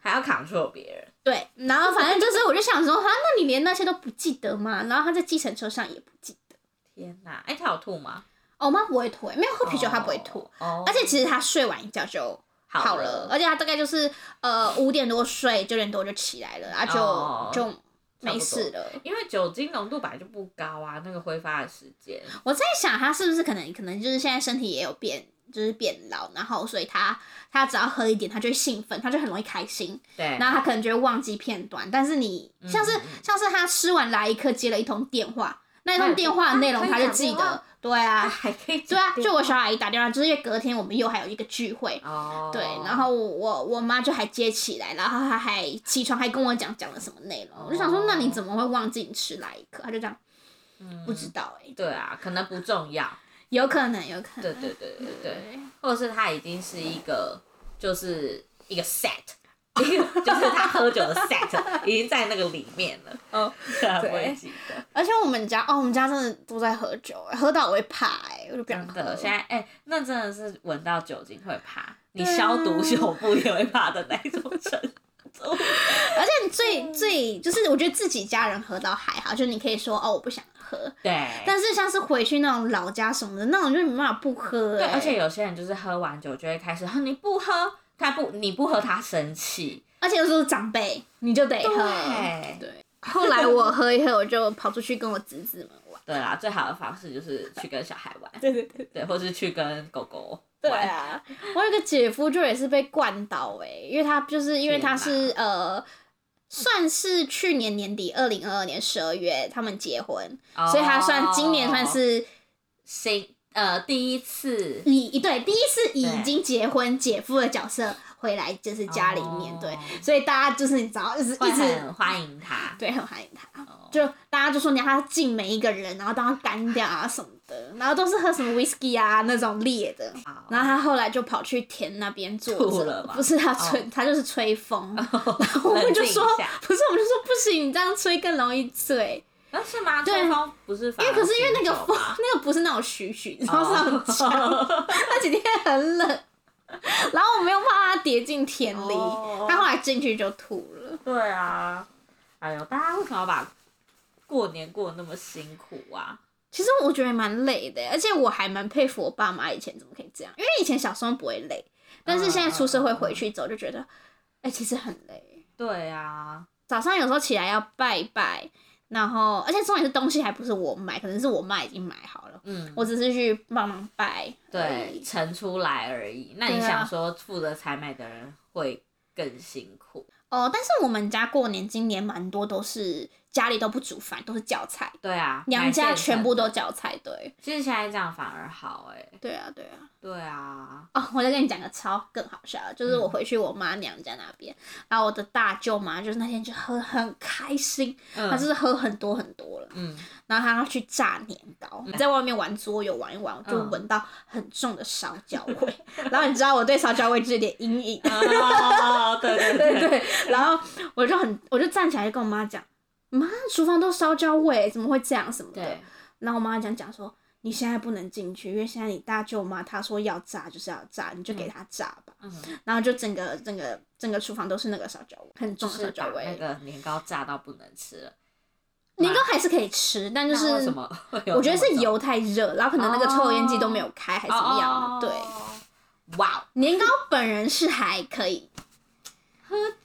S2: 还要 control 别人，
S1: 对，然后反正就是，我就想说，啊，那你连那些都不记得吗？然后他在计程车上也不记得。
S2: 天哪！哎，他有吐吗？
S1: 哦，我妈不会吐、欸，没有喝啤酒她不会吐。
S2: 哦，哦
S1: 而且其实她睡完一觉就好
S2: 好
S1: 了，而且她大概就是呃五点多睡，九点多就起来了，然后就、
S2: 哦
S1: 就没
S2: 多
S1: 事了。
S2: 因为酒精浓度本来就不高啊，那个挥发的时间，
S1: 我在想，他是不是可能可能就是现在身体也有变，就是变老，然后所以他他只要喝一点，他就会兴奋，他就很容易开心，
S2: 对，
S1: 然后他可能就会忘记片段。但是你像是、
S2: 嗯
S1: 像是他吃完来一刻接了一通电话，那一
S2: 他
S1: 通
S2: 也
S1: 电话的内容
S2: 他
S1: 他
S2: 可以
S1: 就
S2: 打
S1: 记
S2: 电话
S1: 得，对
S2: 他
S1: 啊，
S2: 还可以
S1: 对啊，
S2: 讲
S1: 就我小阿姨打电话，就是因为隔天我们又还有一个聚会。
S2: 哦，
S1: 对，然后我我妈就还接起来，然后她还起床还跟我讲讲了什么内容，我就想
S2: 哦
S1: 说，那你怎么会忘记你吃来一刻？她就这样，
S2: 嗯
S1: 不知道哎、
S2: 对啊，可能不重要，
S1: 有可能，有可能。
S2: 对对对对对，或者是他已经是一个就是一个 set， (laughs) 一个就是他喝酒的 set 已经在那个里面了。 (laughs) 哦，不会记得。
S1: 而且我们家哦，我们家真的都在喝酒，喝到我会怕哎、我就不想
S2: 真
S1: 喝
S2: 的，
S1: 了。
S2: 现在哎、那真的是闻到酒精会怕，你
S1: 对啊
S2: 消毒 (laughs) 手部也会怕的那一种程度。
S1: 而且最最就是我觉得自己家人喝到还好，就你可以说哦我不想喝，
S2: 对，
S1: 但是像是回去那种老家什么的，那种就没办法不喝、
S2: 对，
S1: 哎
S2: 而且有些人就是喝完酒就会开始，哦哼你不喝，他不你不喝他生气。
S1: 而且又是长辈，你就得喝。
S2: 对
S1: 对后来我喝一喝，我就跑出去跟我侄子们
S2: (laughs)
S1: 玩。
S2: 对啦，最好的方式就是去跟小孩玩，
S1: 对对对。
S2: 对，或是去跟狗狗
S1: 对
S2: 玩。
S1: 啊，我有个姐夫就也是被灌倒哎、因为他就是因为他是呃，算是去年年底二零二二年十二月他们结婚，
S2: 哦
S1: 所以他算今年算是
S2: 新呃第一次
S1: 以对第一次以
S2: 对
S1: 已经结婚姐夫的角色回来就是家里面、
S2: 哦
S1: 对，所以大家就是你知道就是
S2: 会
S1: 一直
S2: 很欢迎他。
S1: 对很欢迎他，
S2: 哦
S1: 就大家就说你要他敬每一个人，然后当他干掉啊什么的，然后都是喝什么 whisky 啊那种烈的，
S2: 好
S1: 然后他后来就跑去田那边坐
S2: 吐
S1: 着，
S2: 了吧
S1: 不是他吹，
S2: 哦
S1: 他就是吹风。 (laughs) (laughs) 我
S2: 冷
S1: 们
S2: 静
S1: 就
S2: 一
S1: 说
S2: 下，
S1: 不是，我们就说不行，你这样吹更容易醉。
S2: 啊是吗？
S1: 对
S2: 吹风不是反
S1: 因
S2: 而
S1: 为
S2: 醒
S1: 可是
S2: 酒哦吧，哦
S1: 因为那个风，那个不是那种徐徐，然后是很强，
S2: (laughs)
S1: 那几天很冷，然后我没有怕他跌进田里，
S2: 哦
S1: 他后来进去就吐了。
S2: 对啊，哎呦，大家为什么要把过年过得那么辛苦啊？
S1: 其实我觉得蛮累的，欸而且我还蛮佩服我爸妈以前怎么可以这样，因为以前小时候不会累，但是现在出社会回去走就觉得，哎、其实很累。
S2: 对啊，
S1: 早上有时候起来要拜一拜，然后而且重点是东西还不是我买，可能是我妈已经买好了，
S2: 嗯，
S1: 我只是去帮忙拜。
S2: 对，，盛出来而已。那你
S1: 对啊
S2: 想说负责采买的人会更辛苦？
S1: 哦，但是我们家过年今年蛮多都是家里都不煮饭，都是叫菜，
S2: 对啊，
S1: 娘家
S2: 买现成
S1: 全部。都叫菜，对，
S2: 其实现在这样反而好哎、
S1: 对啊，对啊。
S2: 对啊，
S1: 哦，我再跟你讲个超更好笑的，就是我
S2: 嗯
S1: 回去我妈娘家那边，然后我的大舅妈就是那天就喝很开心，她就
S2: 嗯
S1: 是喝很多很多了， (laughs)
S2: 嗯，
S1: 然后他要去炸年糕，在外面玩桌游玩一玩，我
S2: 嗯
S1: 就闻到很重的烧焦味。 (laughs) 然后你知道我对烧焦味就有点阴影， (laughs)
S2: 哦，对对
S1: 对
S2: 对
S1: 对。然后我就很，我就站起来就跟我妈讲：“妈，厨房都烧焦味，怎么会这样什么的
S2: 对，？”
S1: 然后我妈讲讲说：“你现在不能进去，因为现在你大舅妈她说要炸就是要炸，你就给她炸吧。
S2: 嗯，
S1: 然后就整个整个整个厨房都是那个烧焦味，很
S2: 就
S1: 重的
S2: 是
S1: 烧
S2: 把
S1: 焦
S2: 那
S1: 味。
S2: 个年糕炸到不能吃了，
S1: 年糕还是可以吃，但就是
S2: 那为什么会有那么重？哦
S1: 我觉得是油太热，然后可能那个抽油烟机都没有开，还
S2: 还
S1: 是怎么样的。
S2: 哦
S1: 对，
S2: 对，哇哦，
S1: 年糕本人是还可以，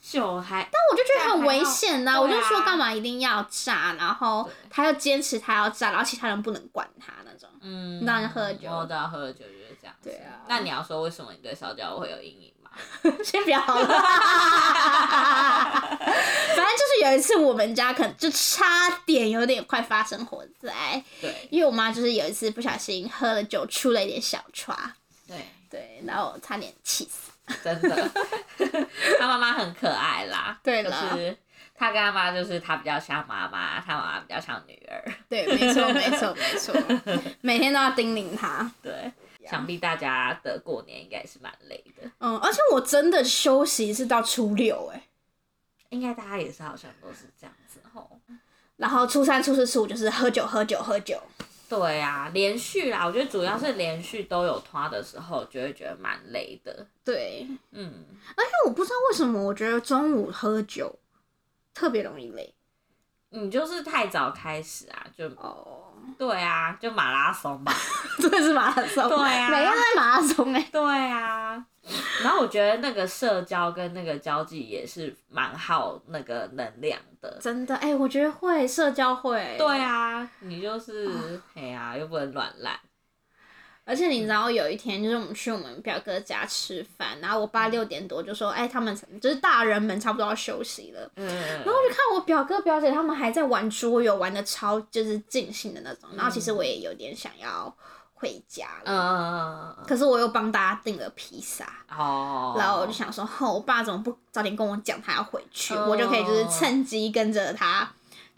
S2: 酒还
S1: 但我就觉得很危险呐、
S2: 但还好
S1: 我就
S2: 对
S1: 说
S2: 啊
S1: 干嘛一定要炸，然后
S2: 对
S1: 他又坚持他要炸，然后其他人不能管他那种。
S2: 嗯，
S1: 那你喝酒
S2: 我都要喝酒就是这样子。
S1: 对啊
S2: 那你要说为什么你对烧焦会有阴影吗？
S1: (laughs) 先不要好了，反正就是有一次我们家可能就差点有点快发生火灾，
S2: 对
S1: 因为我妈就是有一次不小心喝了酒出了一点小差，
S2: 对，
S1: 对，然后我差点气死。
S2: 真的， (laughs) 他妈妈很可爱啦。
S1: 对
S2: 就
S1: 啦
S2: 是他跟他妈就是他比较像妈妈，他妈妈比较像女儿。
S1: 对，没错，没错，没错，每天都要叮咛他。
S2: 对，想必大家的过年应该是蛮累的，
S1: 嗯，而且我真的休息是到初六哎、
S2: 应该大家也是好像都是这样子吼。
S1: 然后初三、初四、初五就是喝酒、喝酒、喝酒。
S2: 对啊，连续啦，我觉得主要是连续都有拖的时候，就会觉得蛮累的。
S1: 对，
S2: 嗯，
S1: 但我不知道为什么，我觉得中午喝酒特别容易累。
S2: 你就是太早开始啊，就
S1: 哦，
S2: 对啊，就马拉松吧。
S1: (laughs) 真的是马拉松，
S2: 对啊
S1: 每天都在马拉松哎、
S2: 对啊，然后我觉得那个社交跟那个交际也是蛮耗那个能量的。
S1: 真的哎、我觉得会社交会。
S2: 对，啊，你就是哎呀、又不能乱来。
S1: 而且你知道有一天，就是我们去我们表哥家吃饭，然后我爸六点多就说，哎、他们就是大人们差不多要休息了。
S2: 嗯
S1: 然后我就看我表哥表姐他们还在玩桌游，玩的超就是尽兴的那种。然后其实我也有点想要回家了，
S2: 嗯，
S1: 可是我又帮大家订了披萨。
S2: 哦，
S1: 然后我就想说，哼，我爸怎么不早点跟我讲他要回去，
S2: 哦
S1: 我就可以就是趁机跟着他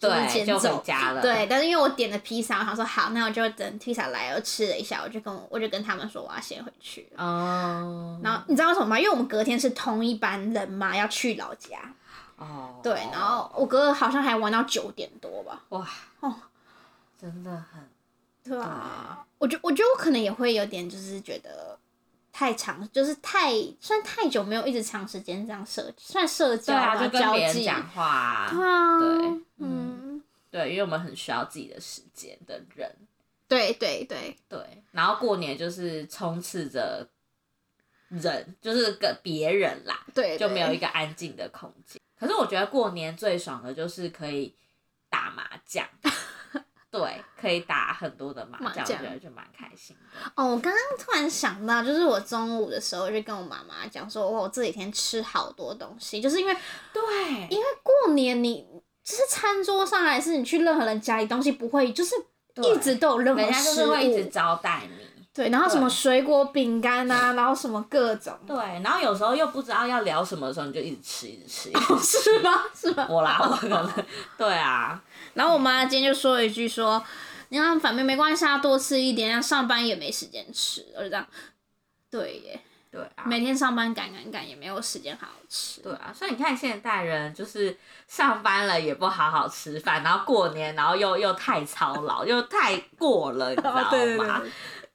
S1: 就是
S2: 对，
S1: 捡
S2: 就回
S1: 走。
S2: 家了。
S1: 对，但是因为我点了披萨，我想说好，那我就等披萨来，我吃了一下，我就跟我我就跟他们说我要先回去了。
S2: 哦，
S1: 然后你知道为什么吗？因为我们隔天是同一班人嘛，要去老家。
S2: 哦，
S1: 对，然后我哥好像还玩到九点多吧。
S2: 哇，
S1: 哦，
S2: 真的很
S1: 对
S2: 哦
S1: 啊，我觉我觉得我可能也会有点，就是觉得太长，就是太算太久没有一直长时间这样社，算社交
S2: 对啊，
S1: 吧
S2: 就跟
S1: 交
S2: 别人
S1: 际
S2: 讲话啊、
S1: 啊，
S2: 对，
S1: 嗯，
S2: 对，因为我们很需要自己的时间的人，
S1: 对对对，
S2: 对，然后过年就是充斥着人，就是跟别人啦，
S1: 对
S2: 就没有一
S1: 个
S2: 个安静的空间。可是我觉得过年最爽的就是可以打麻 (laughs) 将，对，可以打很多的麻
S1: 麻
S2: 将，我
S1: 将
S2: 觉得就蛮开心的。
S1: 哦。我刚刚突然想到，就是我中午的时候就跟我妈妈讲说，哇我这几天吃好多东西，就是因为
S2: 对，
S1: 因为过年你就是餐桌上还是你去任何人家里，东西不会就是
S2: 对
S1: 一直都有任何
S2: 人家就是会一
S1: 食
S2: 直
S1: 物
S2: 招待你。
S1: 对，然后什
S2: 对
S1: 么水果饼干啊，然后什么各
S2: (laughs)
S1: 种。
S2: 对，然后有时候又不知道要聊什么的时候，你就一直吃，一直吃，一直吃。
S1: 是吗？是吗？
S2: (laughs)
S1: 哦
S2: 我啦，我可能对啊，
S1: 然后我妈今天就说了一句说，你看反正没关系啊，多吃一点，上班也没时间吃，我就这样。对耶，
S2: 对啊，
S1: 每天上班赶赶赶也没有时间好好吃。
S2: 对啊，所以你看现代人就是上班了也不好好吃饭，然后过年然后又又太操劳，又太过了，你知道 (laughs) 吗？哦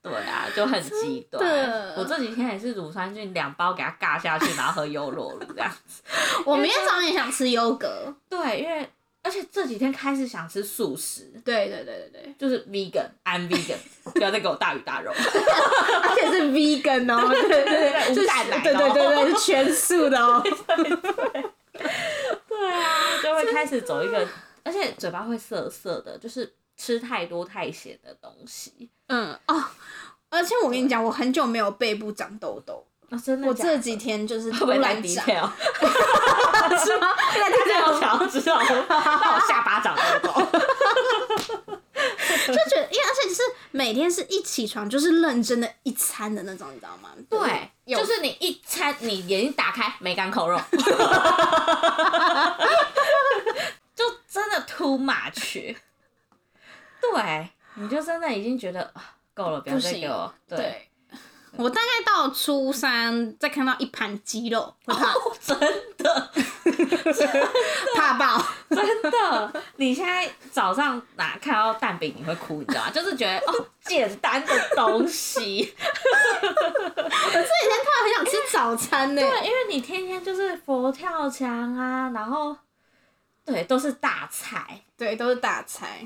S2: 对啊，就很极端
S1: 真的。
S2: 我这几天也是乳酸菌两包给它尬下去，然后喝优酪乳这样子。
S1: 我明天早上也想吃优格。
S2: (laughs) 对，因为而且这几天开始想吃素食，
S1: 对对对对对，
S2: 就是 vegan，I'm vegan，不 (laughs) 要再给我大鱼大肉。
S1: 而且是 vegan 哦， (laughs) 对对对就
S2: 对
S1: 是
S2: 无蛋奶哦
S1: 对对对对，是全素的哦。
S2: 对啊， (laughs) 就会开始走一个，而且嘴巴会涩涩的，就是吃太多太咸的东西。
S1: (laughs) 嗯哦，而且我跟你讲，我很久没有背部长痘痘，
S2: 啊，真的
S1: 我
S2: 假的 (laughs)
S1: 这几天就是
S2: 会
S1: 突
S2: 不会太
S1: 然长，
S2: (laughs) detail？ (laughs)
S1: 是吗？那
S2: 大家有想要知道吗？ (laughs) 那我下巴长痘痘。
S1: 就觉得，因为而且就是每天是一起床就是认真的一餐的那种，你知道吗？
S2: 对，
S1: 有
S2: 就是你一餐，你眼睛打开，梅干 (laughs) 扣肉，就真的 too much。对，你就真的已经觉得啊够了，不要
S1: 不
S2: 再
S1: 行
S2: 给我。对，
S1: 对。我大概到初三，再看到一盘鸡肉，会怕、
S2: 哦真的
S1: (laughs) 怕
S2: (laughs)
S1: 爆。
S2: (laughs) 真的，你现在早上哪看到蛋饼你会哭，你知道吗？就是觉得哦，简单的东西。
S1: 这几天突然很想吃早餐呢、
S2: (laughs) 对，因为你天天就是佛跳墙啊，然后对，都是大菜，
S1: 对，都是大菜。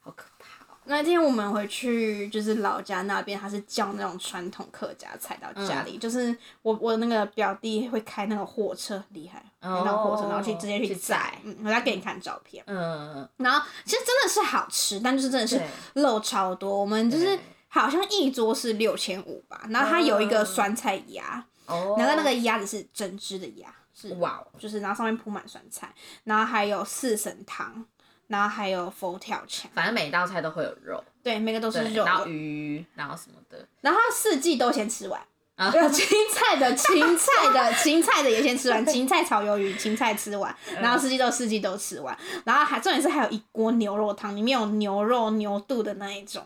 S2: 好可怕哦。
S1: 那天我们回去就是老家那边，他是叫那种传统客家菜到家
S2: 嗯
S1: 里，就是我我那个表弟会开那个货车，很厉害，开那种货车，然后去直接去
S2: 哦去
S1: 载
S2: 载。
S1: 嗯，我再给你看照片。
S2: 嗯，
S1: 然后其实真的是好吃，但就是真的是
S2: 对
S1: 肉超多。我们就是
S2: 对
S1: 好像一桌是六千五吧，然后它有一
S2: 嗯
S1: 个酸菜鸭，
S2: 哦
S1: 然后那个鸭子是整只的鸭，是
S2: 哇哦，
S1: 就是然后上面铺满酸菜，然后还有四神汤，然后还有佛跳墙，
S2: 反正每一道菜都会有肉，
S1: 对，每个都是
S2: 对，
S1: 肉，
S2: 然后鱼，然后什么的，
S1: 然后它四季都先吃完。
S2: 啊
S1: 有青菜的，青菜的，青菜的也先吃
S2: (laughs)
S1: 完，芹菜炒鱿鱼，芹菜吃完，
S2: 嗯
S1: 然后四季豆，四季豆吃完，然后还重点是还有一锅牛肉汤，里面有牛肉牛肚的那一种，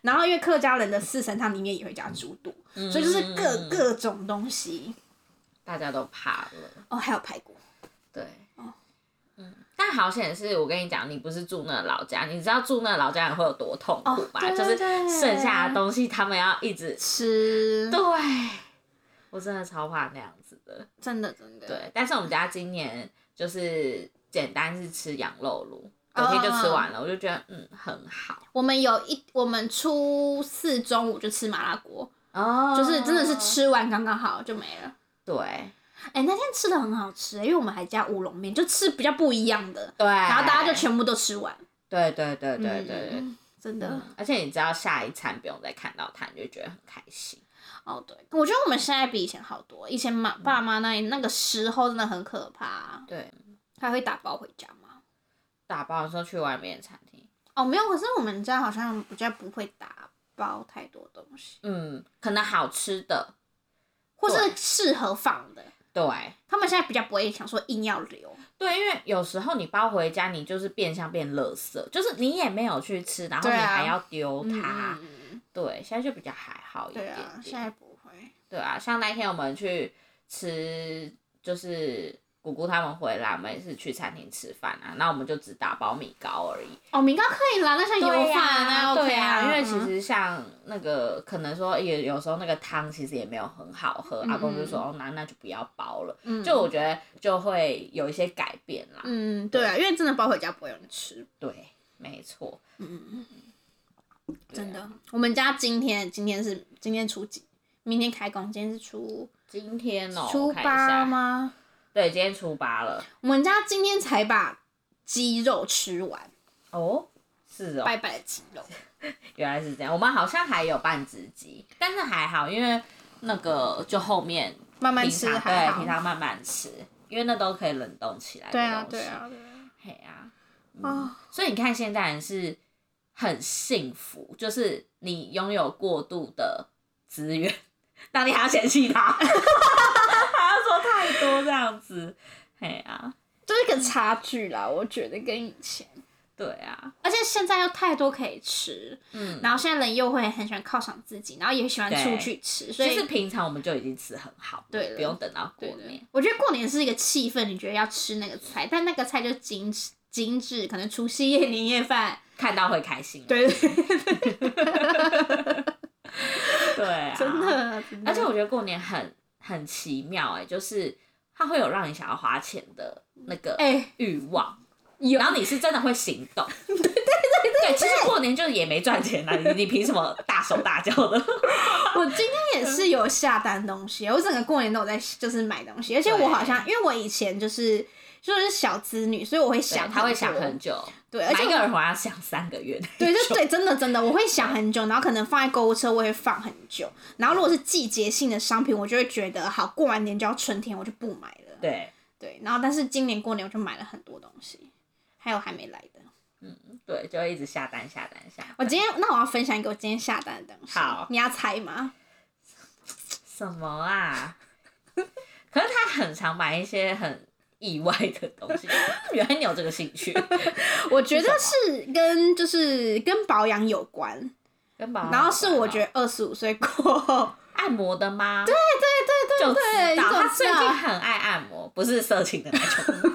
S1: 然后因为客家人的四神汤里面也会加猪肚，
S2: 嗯
S1: 所以就是各各种东西，
S2: 大家都怕了，
S1: 哦，还有排骨，
S2: 对。
S1: 哦
S2: 嗯，但好险是我跟你讲，你不是住那老家，你知道住那老家人会有多痛苦吧？
S1: 哦对
S2: 就是
S1: 对
S2: 剩下的东西，他们要一直
S1: 吃，
S2: 对，我真的超怕那样子的。
S1: 真的真的，
S2: 对，但是我们家今年就是简单是吃羊肉炉，
S1: 哦
S2: 隔天就吃完了，我就觉得嗯很好
S1: 我们有一我们初四中午就吃麻辣锅，
S2: 哦
S1: 就是真的是吃完刚刚好就没了。
S2: 对
S1: 哎、那天吃的很好吃、欸因为我们还加乌龙面，就吃比较不一样的，
S2: 对，
S1: 然
S2: 然
S1: 后大家就全部都吃完。
S2: 对对哎对对对对，
S1: 嗯真的、
S2: 嗯而且你知道下一餐不用再看到它，你就觉得很开心。
S1: 哦，对，我觉得我们现在比以前好多。以前妈爸妈那那个时候真的很可怕、
S2: 对，
S1: 还会打包回家吗？
S2: 打包的时候去外面的餐厅，
S1: 哦，没有，可是我们家好像比较不会打包太多东西，
S2: 嗯，可能好吃的，
S1: 或是适合放的。
S2: 对
S1: 他们现在比较不会想说硬要留，
S2: 对，因为有时候你包回家，你就是变相变垃圾，就是你也没有去吃，然后
S1: 对
S2: 你
S1: 啊
S2: 还要丢
S1: 嗯
S2: 它。
S1: 嗯嗯
S2: 对，现在就比较还好一
S1: 对
S2: 点
S1: 啊，现
S2: 点。
S1: 在不会，
S2: 对啊，像那天我们去吃，就是姑姑他们回来，我们也是去餐厅吃饭啊，那我们就只打包米糕而已。
S1: 哦，明糕可以啦，那像油饭
S2: 啊，
S1: OK
S2: 对啊，因为
S1: 嗯
S2: 其实像那个可能说也有时候那个汤其实也没有很好喝，阿公就说哦那那就不要包了，
S1: 嗯
S2: 就我觉得就会有一些改变啦。
S1: 嗯，对啊，因为真的包回家不会有人吃，
S2: 对，没错，
S1: 真的。啊我们家今天今天是今天初几？明天开工，今天是初
S2: 今天哦，
S1: 初
S2: 我看一下
S1: 八？吗？
S2: 对，今天初八了。
S1: 我们家今天才把鸡肉吃完，
S2: 哦，是哦，
S1: 拜拜的鸡肉。
S2: 原来是这样。我们好像还有半只鸡，但是还好，因为那个就后面
S1: 慢慢
S2: 平
S1: 吃
S2: 常
S1: 还
S2: 对
S1: 好
S2: 平。常慢慢吃，因为那都可以冷冻起来的
S1: 对啊，
S2: 东
S1: 对
S2: 西
S1: 啊，对啊。
S2: 嘿啊，
S1: 哦，
S2: 所以你看，现代人是很幸福，就是你拥有过度的资源，但你还要嫌弃他，还要说太多这样子。嘿啊，
S1: 就是个差距啦，我觉得跟以前，
S2: 对啊，
S1: 而且现在又太多可以吃，
S2: 嗯。
S1: 然后现在人又会很喜欢犒赏自己，然后也喜欢出
S2: 对
S1: 去吃，所
S2: 其
S1: 以
S2: 实平常我们就已经吃很好了，
S1: 对了
S2: 不用等到过
S1: 对
S2: 年
S1: 对。，我觉得过年是一个气氛，你觉得要吃那个菜，但那个菜就精致精致，可能除夕夜、年夜饭，
S2: 看到会开心。
S1: (laughs) 对，对
S2: 对啊，
S1: 真。的，真的
S2: 而且我觉得过年很很奇妙哎、就是它会有让你想要花钱的那个
S1: 哎、
S2: 欲望，
S1: 有
S2: 然后你是真的会行动。 (laughs) 对对对对，其实过年就是也没赚 (laughs) 钱啊，你你凭什么大手大脚的？
S1: 我今天也是有下单东 (laughs) 西，我整个过年都有在就是买东西，而且
S2: 对
S1: 我好像因为我以前就是就是小资女，所以我会想，
S2: 他会想很，久，
S1: 对，而
S2: 买
S1: 且
S2: 一
S1: 我
S2: 个耳环要想三个月。
S1: 对，就对，真的真的，我会想很久，然后可能放在购物车，我也会放很久。然后如果是季节性的商品，我就会觉得好，过完年就要春天，我就不买了。
S2: 对
S1: 对，然后但是今年过年我就买了很多东西，还有还没来的。
S2: 对，就会一直下单下单下单。
S1: 我今天那我要分享一个我今天下单的东西，
S2: 好
S1: 你要猜
S2: (laughs)
S1: 吗？
S2: 什么 (laughs) 啊？可是他很常买一些很意外的东西， (laughs) 嗯原来你有这个兴趣，
S1: 我觉得
S2: 是
S1: 是跟就是跟保养有关，
S2: 跟宝宝
S1: 然后是我觉
S2: 有
S1: 得二十五岁过后，
S2: 关按摩的吗？对对
S1: 对
S2: 对就知
S1: 你
S2: 道
S1: 怎么
S2: 他最
S1: 知
S2: 近
S1: 道
S2: 很爱按摩，不是色情的那种。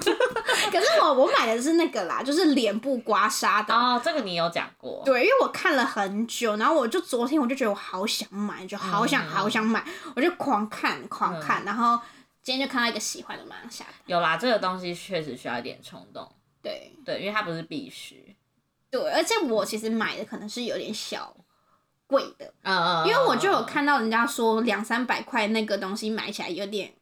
S1: 可是我我买的是那个啦，就是脸部刮痧的。
S2: (laughs) 哦，这个你有讲过，
S1: 对，因为我看了很久，然后我就昨天我就觉得我好想买，就好想
S2: 嗯
S1: 好想买，我就狂看狂看，然后今天就看到一个喜欢的，马上下单。
S2: 有啦，这个东西确实需要一点冲动，
S1: 对
S2: 对，因为它不是必须。
S1: 对，而且我其实买的可能是有点小贵的，
S2: 嗯嗯，嗯
S1: 因为我就有，看到人家说两三百块那个东西买起来有点，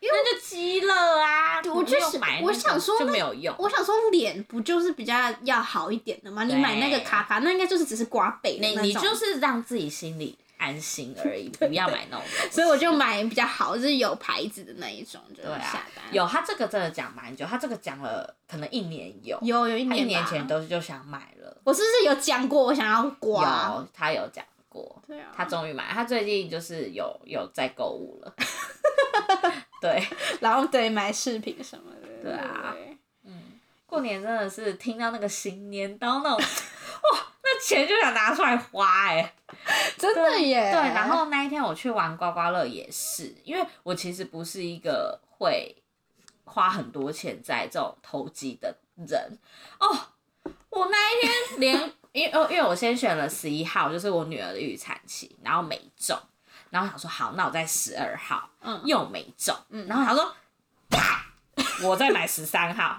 S2: 那就急了啊！
S1: 对我
S2: 你没有
S1: 就是
S2: 买那个，
S1: 我想说
S2: 就
S1: 那
S2: 没有用。
S1: 我想说脸不就是比较要好一点的吗？你
S2: 对
S1: 买那个卡卡，那应该就是只是刮背的
S2: 你
S1: 那
S2: 你
S1: 种
S2: 就是让自己心里安心而已，不要买那种东西。
S1: 所以我就买比较好，就是有牌子的那一种，就
S2: 对啊
S1: 下单。
S2: 有，他这个真的讲蛮久，他这个讲了可能一年有，
S1: 有有一
S2: 他
S1: 年
S2: 一年
S1: 吧
S2: 前，都就想买了，
S1: 我是不是有讲过我想要刮？
S2: 有他有讲过，
S1: 对啊，
S2: 他终于买了，他最近就是有有在购物了， (laughs) 对，
S1: 然后对买饰品什么的，
S2: 对啊
S1: 对
S2: 过年真的是听到那个新年到那种 (laughs) ，哇，那钱就想拿出来花哎、
S1: 真的耶。
S2: 对，然后那一天我去玩刮刮乐也是，因为我其实不是一个会花很多钱在这种投机的人哦。我那一天连因为哦，因为我先选了十一号，就是我女儿的预产期，然后没中，然后想说好，那我在十二号
S1: 嗯，
S2: 又没中，
S1: 嗯
S2: 然后想说，啪，我再买十三号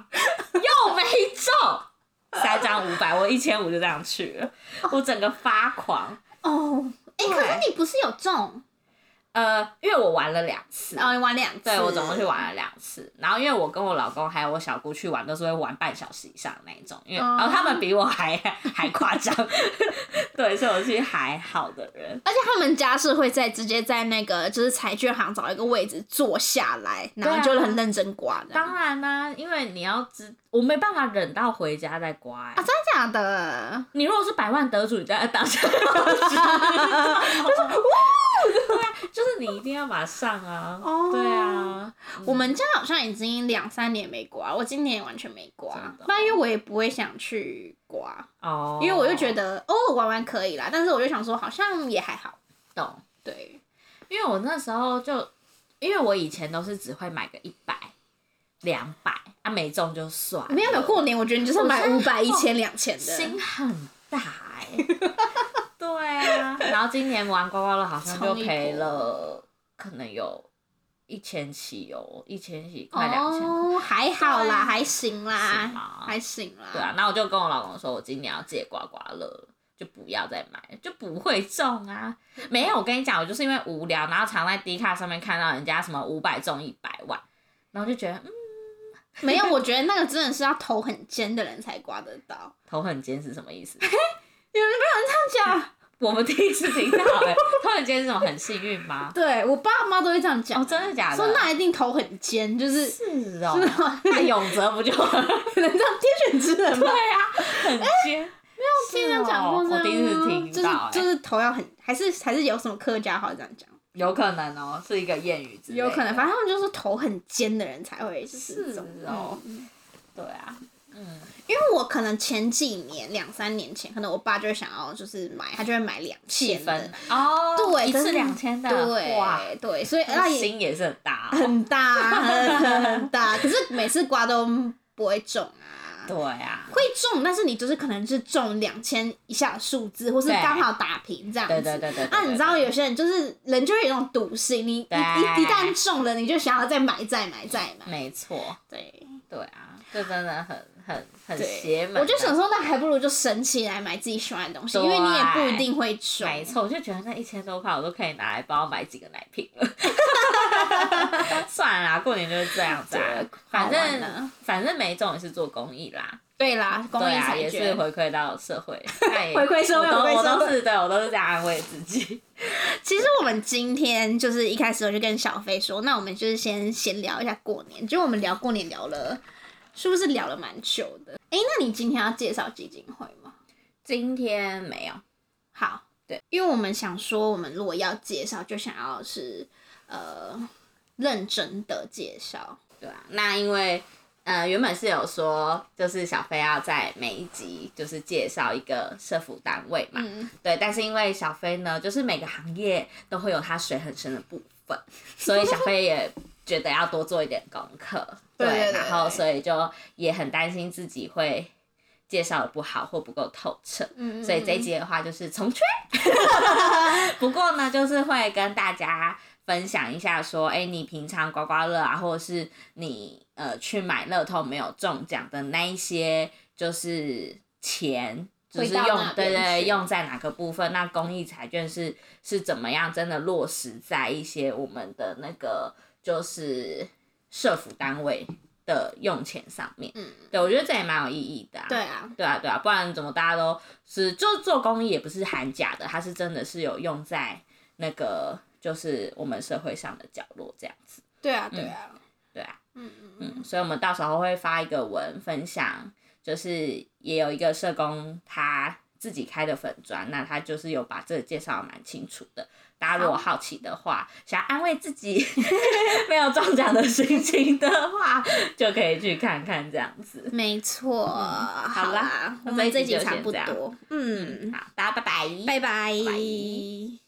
S2: 又没中，三张五百，我一千五就这样去了，我整个发狂。
S1: 哦，哎，
S2: 对
S1: 可是你不是有中？
S2: 呃，因为我玩了两次，
S1: 哦，你玩两次，
S2: 对我总
S1: (laughs)
S2: 共去玩了两次。然后因为我跟我老公还有我小姑去玩，都是会玩半小时以上的那一种，因为、
S1: 哦
S2: 然后他们比我还 (laughs) 还夸张，对，所以我是还好的人。
S1: 而且他们家是会在直接在那个就是彩券行找一个位置坐下来，然后
S2: 对啊
S1: 就很认真刮的。
S2: 当然啦、因为你要知，我没办法忍到回家再刮、欸。
S1: 啊，真的假的？
S2: 你 (laughs) 如果是百万得主，你在当下就是哇，对啊，就是就是你一定要马上啊。
S1: 哦
S2: 对啊，
S1: 我们家好像已经两三年没刮，我今年也完全没刮
S2: 真的哦。
S1: 那因为我也不会想去刮，
S2: 哦，
S1: 因为我就觉
S2: 得
S1: 得哦玩玩可以啦，但是我就想说好像也还好。
S2: 懂，
S1: 对，
S2: 因为我那时候就，因为我以前都是只会买个一百、两百，啊没中就算了，
S1: 没有没有过年，我觉得你就是要买
S2: 我
S1: 五
S2: 现在
S1: 百、一千、两千的。
S2: 心很大哎、对啊，然后今年玩刮刮乐好像就赔了，可能有一千起哦，一千起快两千。
S1: 哦，还好
S2: 对
S1: 啦，
S2: 啊
S1: 还行
S2: 是吗
S1: 啦，还行啦。
S2: 对啊，那我就跟我老公说，我今年要戒刮刮乐了，就不要再买了，就不会中啊。没有，我跟你讲，我就是因为无聊，然后常在 D 卡上面看到人家什么五百中一百万，然后就觉得嗯，
S1: 没有，我觉得那个真的是要头很尖的人才刮得到。
S2: 头很尖是什么意思？ (laughs)
S1: 这样讲，
S2: 我们第一次听到哎、头很尖是什么？很幸运吗？
S1: (laughs) 对我爸妈都会这样讲，
S2: 哦，真的假的？
S1: 说那一定头很尖，就是 (laughs)
S2: 是哦，
S1: 是吗
S2: 那永泽不就 (laughs)
S1: 可能这样天选之人 (laughs) 吧。
S2: 对啊，很尖。没
S1: 哦哎听人讲过这样
S2: 我
S1: 吗
S2: 第一次听
S1: 就是
S2: 到、哎，
S1: 就是头要很，还是还是有什么客家话这样讲，
S2: 有可能哦，是一个谚语之类的
S1: 有可能，反正他们就说头很尖的人才会就是
S2: 是
S1: 这种
S2: 哦
S1: 嗯
S2: 对啊，
S1: 因为我可能前几年两三年前，可能我爸就会想要就是买，他就会买两千的
S2: 分，哦，
S1: 对，
S2: 一
S1: 可
S2: 次
S1: 是
S2: 两千的，哇，
S1: 对对，所以那 (laughs) 也
S2: 心也是很大、哦，
S1: 很大 (laughs) 很很大，可是每次刮都不会中啊。
S2: (laughs) 对啊，
S1: 会中，但是你就是可能是中两千以下的数字，或是
S2: 对
S1: 刚好打平这样子。
S2: 对对对对对
S1: 啊，你知道有些人就是人就会有一种赌性，你一一
S2: 对嗯
S1: 一旦中了，你就想要再买再买再买。
S2: 没错，
S1: 对，
S2: 对啊，这真的很很很邪
S1: 对，
S2: 门，啊
S1: 我就想。说，那还不如就省起来买自己喜欢的东西，
S2: 对啊
S1: 因为你也不一定会中。
S2: 没错，我就觉得那一千多块我都可以拿来帮我买几个
S1: (laughs)
S2: 奶瓶了。算了啦，过年就是这样子、啊
S1: 对，
S2: 反
S1: 好玩
S2: 正
S1: 啊
S2: 反正每种也是做公益啦，
S1: 对啦，公益
S2: 对啊，
S1: 裁
S2: 也
S1: 决
S2: 是。回馈到社
S1: (laughs)
S2: 会，那也
S1: 回馈社会
S2: 我都
S1: 回馈
S2: 我
S1: 社会
S2: 都是对我都是在安慰自己。
S1: 其实我们今天就是一开始我就跟小飞说，那我们就是先闲聊一下过年，就我们聊过年聊了，是不是聊了蛮久的？哎、那你今天要介绍基金会吗？
S2: 今天没有，
S1: 好，
S2: 对，
S1: 因为我们想说，我们如果要介绍，就想要是呃认真的介绍，
S2: 对啊，那因为呃原本是有说，就是小飞要在每一集就是介绍一个社服单位嘛，
S1: 嗯，
S2: 对，但是因为小飞呢，就是每个行业都会有他水很深的部分，所以小飞也觉得要多做一点功课，
S1: (laughs) 对对对
S2: 然后所以就也很担心自己会介绍的不好或不够透彻，
S1: 嗯
S2: 所以这一集的话就是重缺。 (laughs) 不过呢，就是会跟大家分享一下说，哎、你平常刮刮乐啊，或者是你呃去买乐透没有中奖的那一些，就是钱。就是
S1: 回到
S2: 用
S1: 哪
S2: 对
S1: 边
S2: 对
S1: 去
S2: 用在哪个部分？那公益彩券是是怎么样真的落实在一些我们的那个就是社服单位的用钱上面？
S1: 嗯，
S2: 对我觉得这也蛮有意义的、啊。
S1: 对啊，
S2: 对啊，对啊，不然怎么大家都是就做公益也不是喊假的，它是真的是有用在那个就是我们社会上的角落这样子，
S1: 对啊，对啊，
S2: 对啊，
S1: 嗯嗯嗯，
S2: 嗯，所以我们到时候会发一个文分享，就是也有一个社工他自己开的粉砖，那他就是有把这个介绍得蛮清楚的。大家如果好奇的话，想要安慰自己 (laughs) 没有中奖的心情的话，就可以去看看这样子。
S1: 没错，嗯好
S2: 啦
S1: 啦，我
S2: 那
S1: 们
S2: 这
S1: 这
S2: 一
S1: 一
S2: 集
S1: 集
S2: 就
S1: 差
S2: 先
S1: 不
S2: 这样
S1: 多，嗯，
S2: 好，大家拜拜，
S1: 拜拜
S2: 拜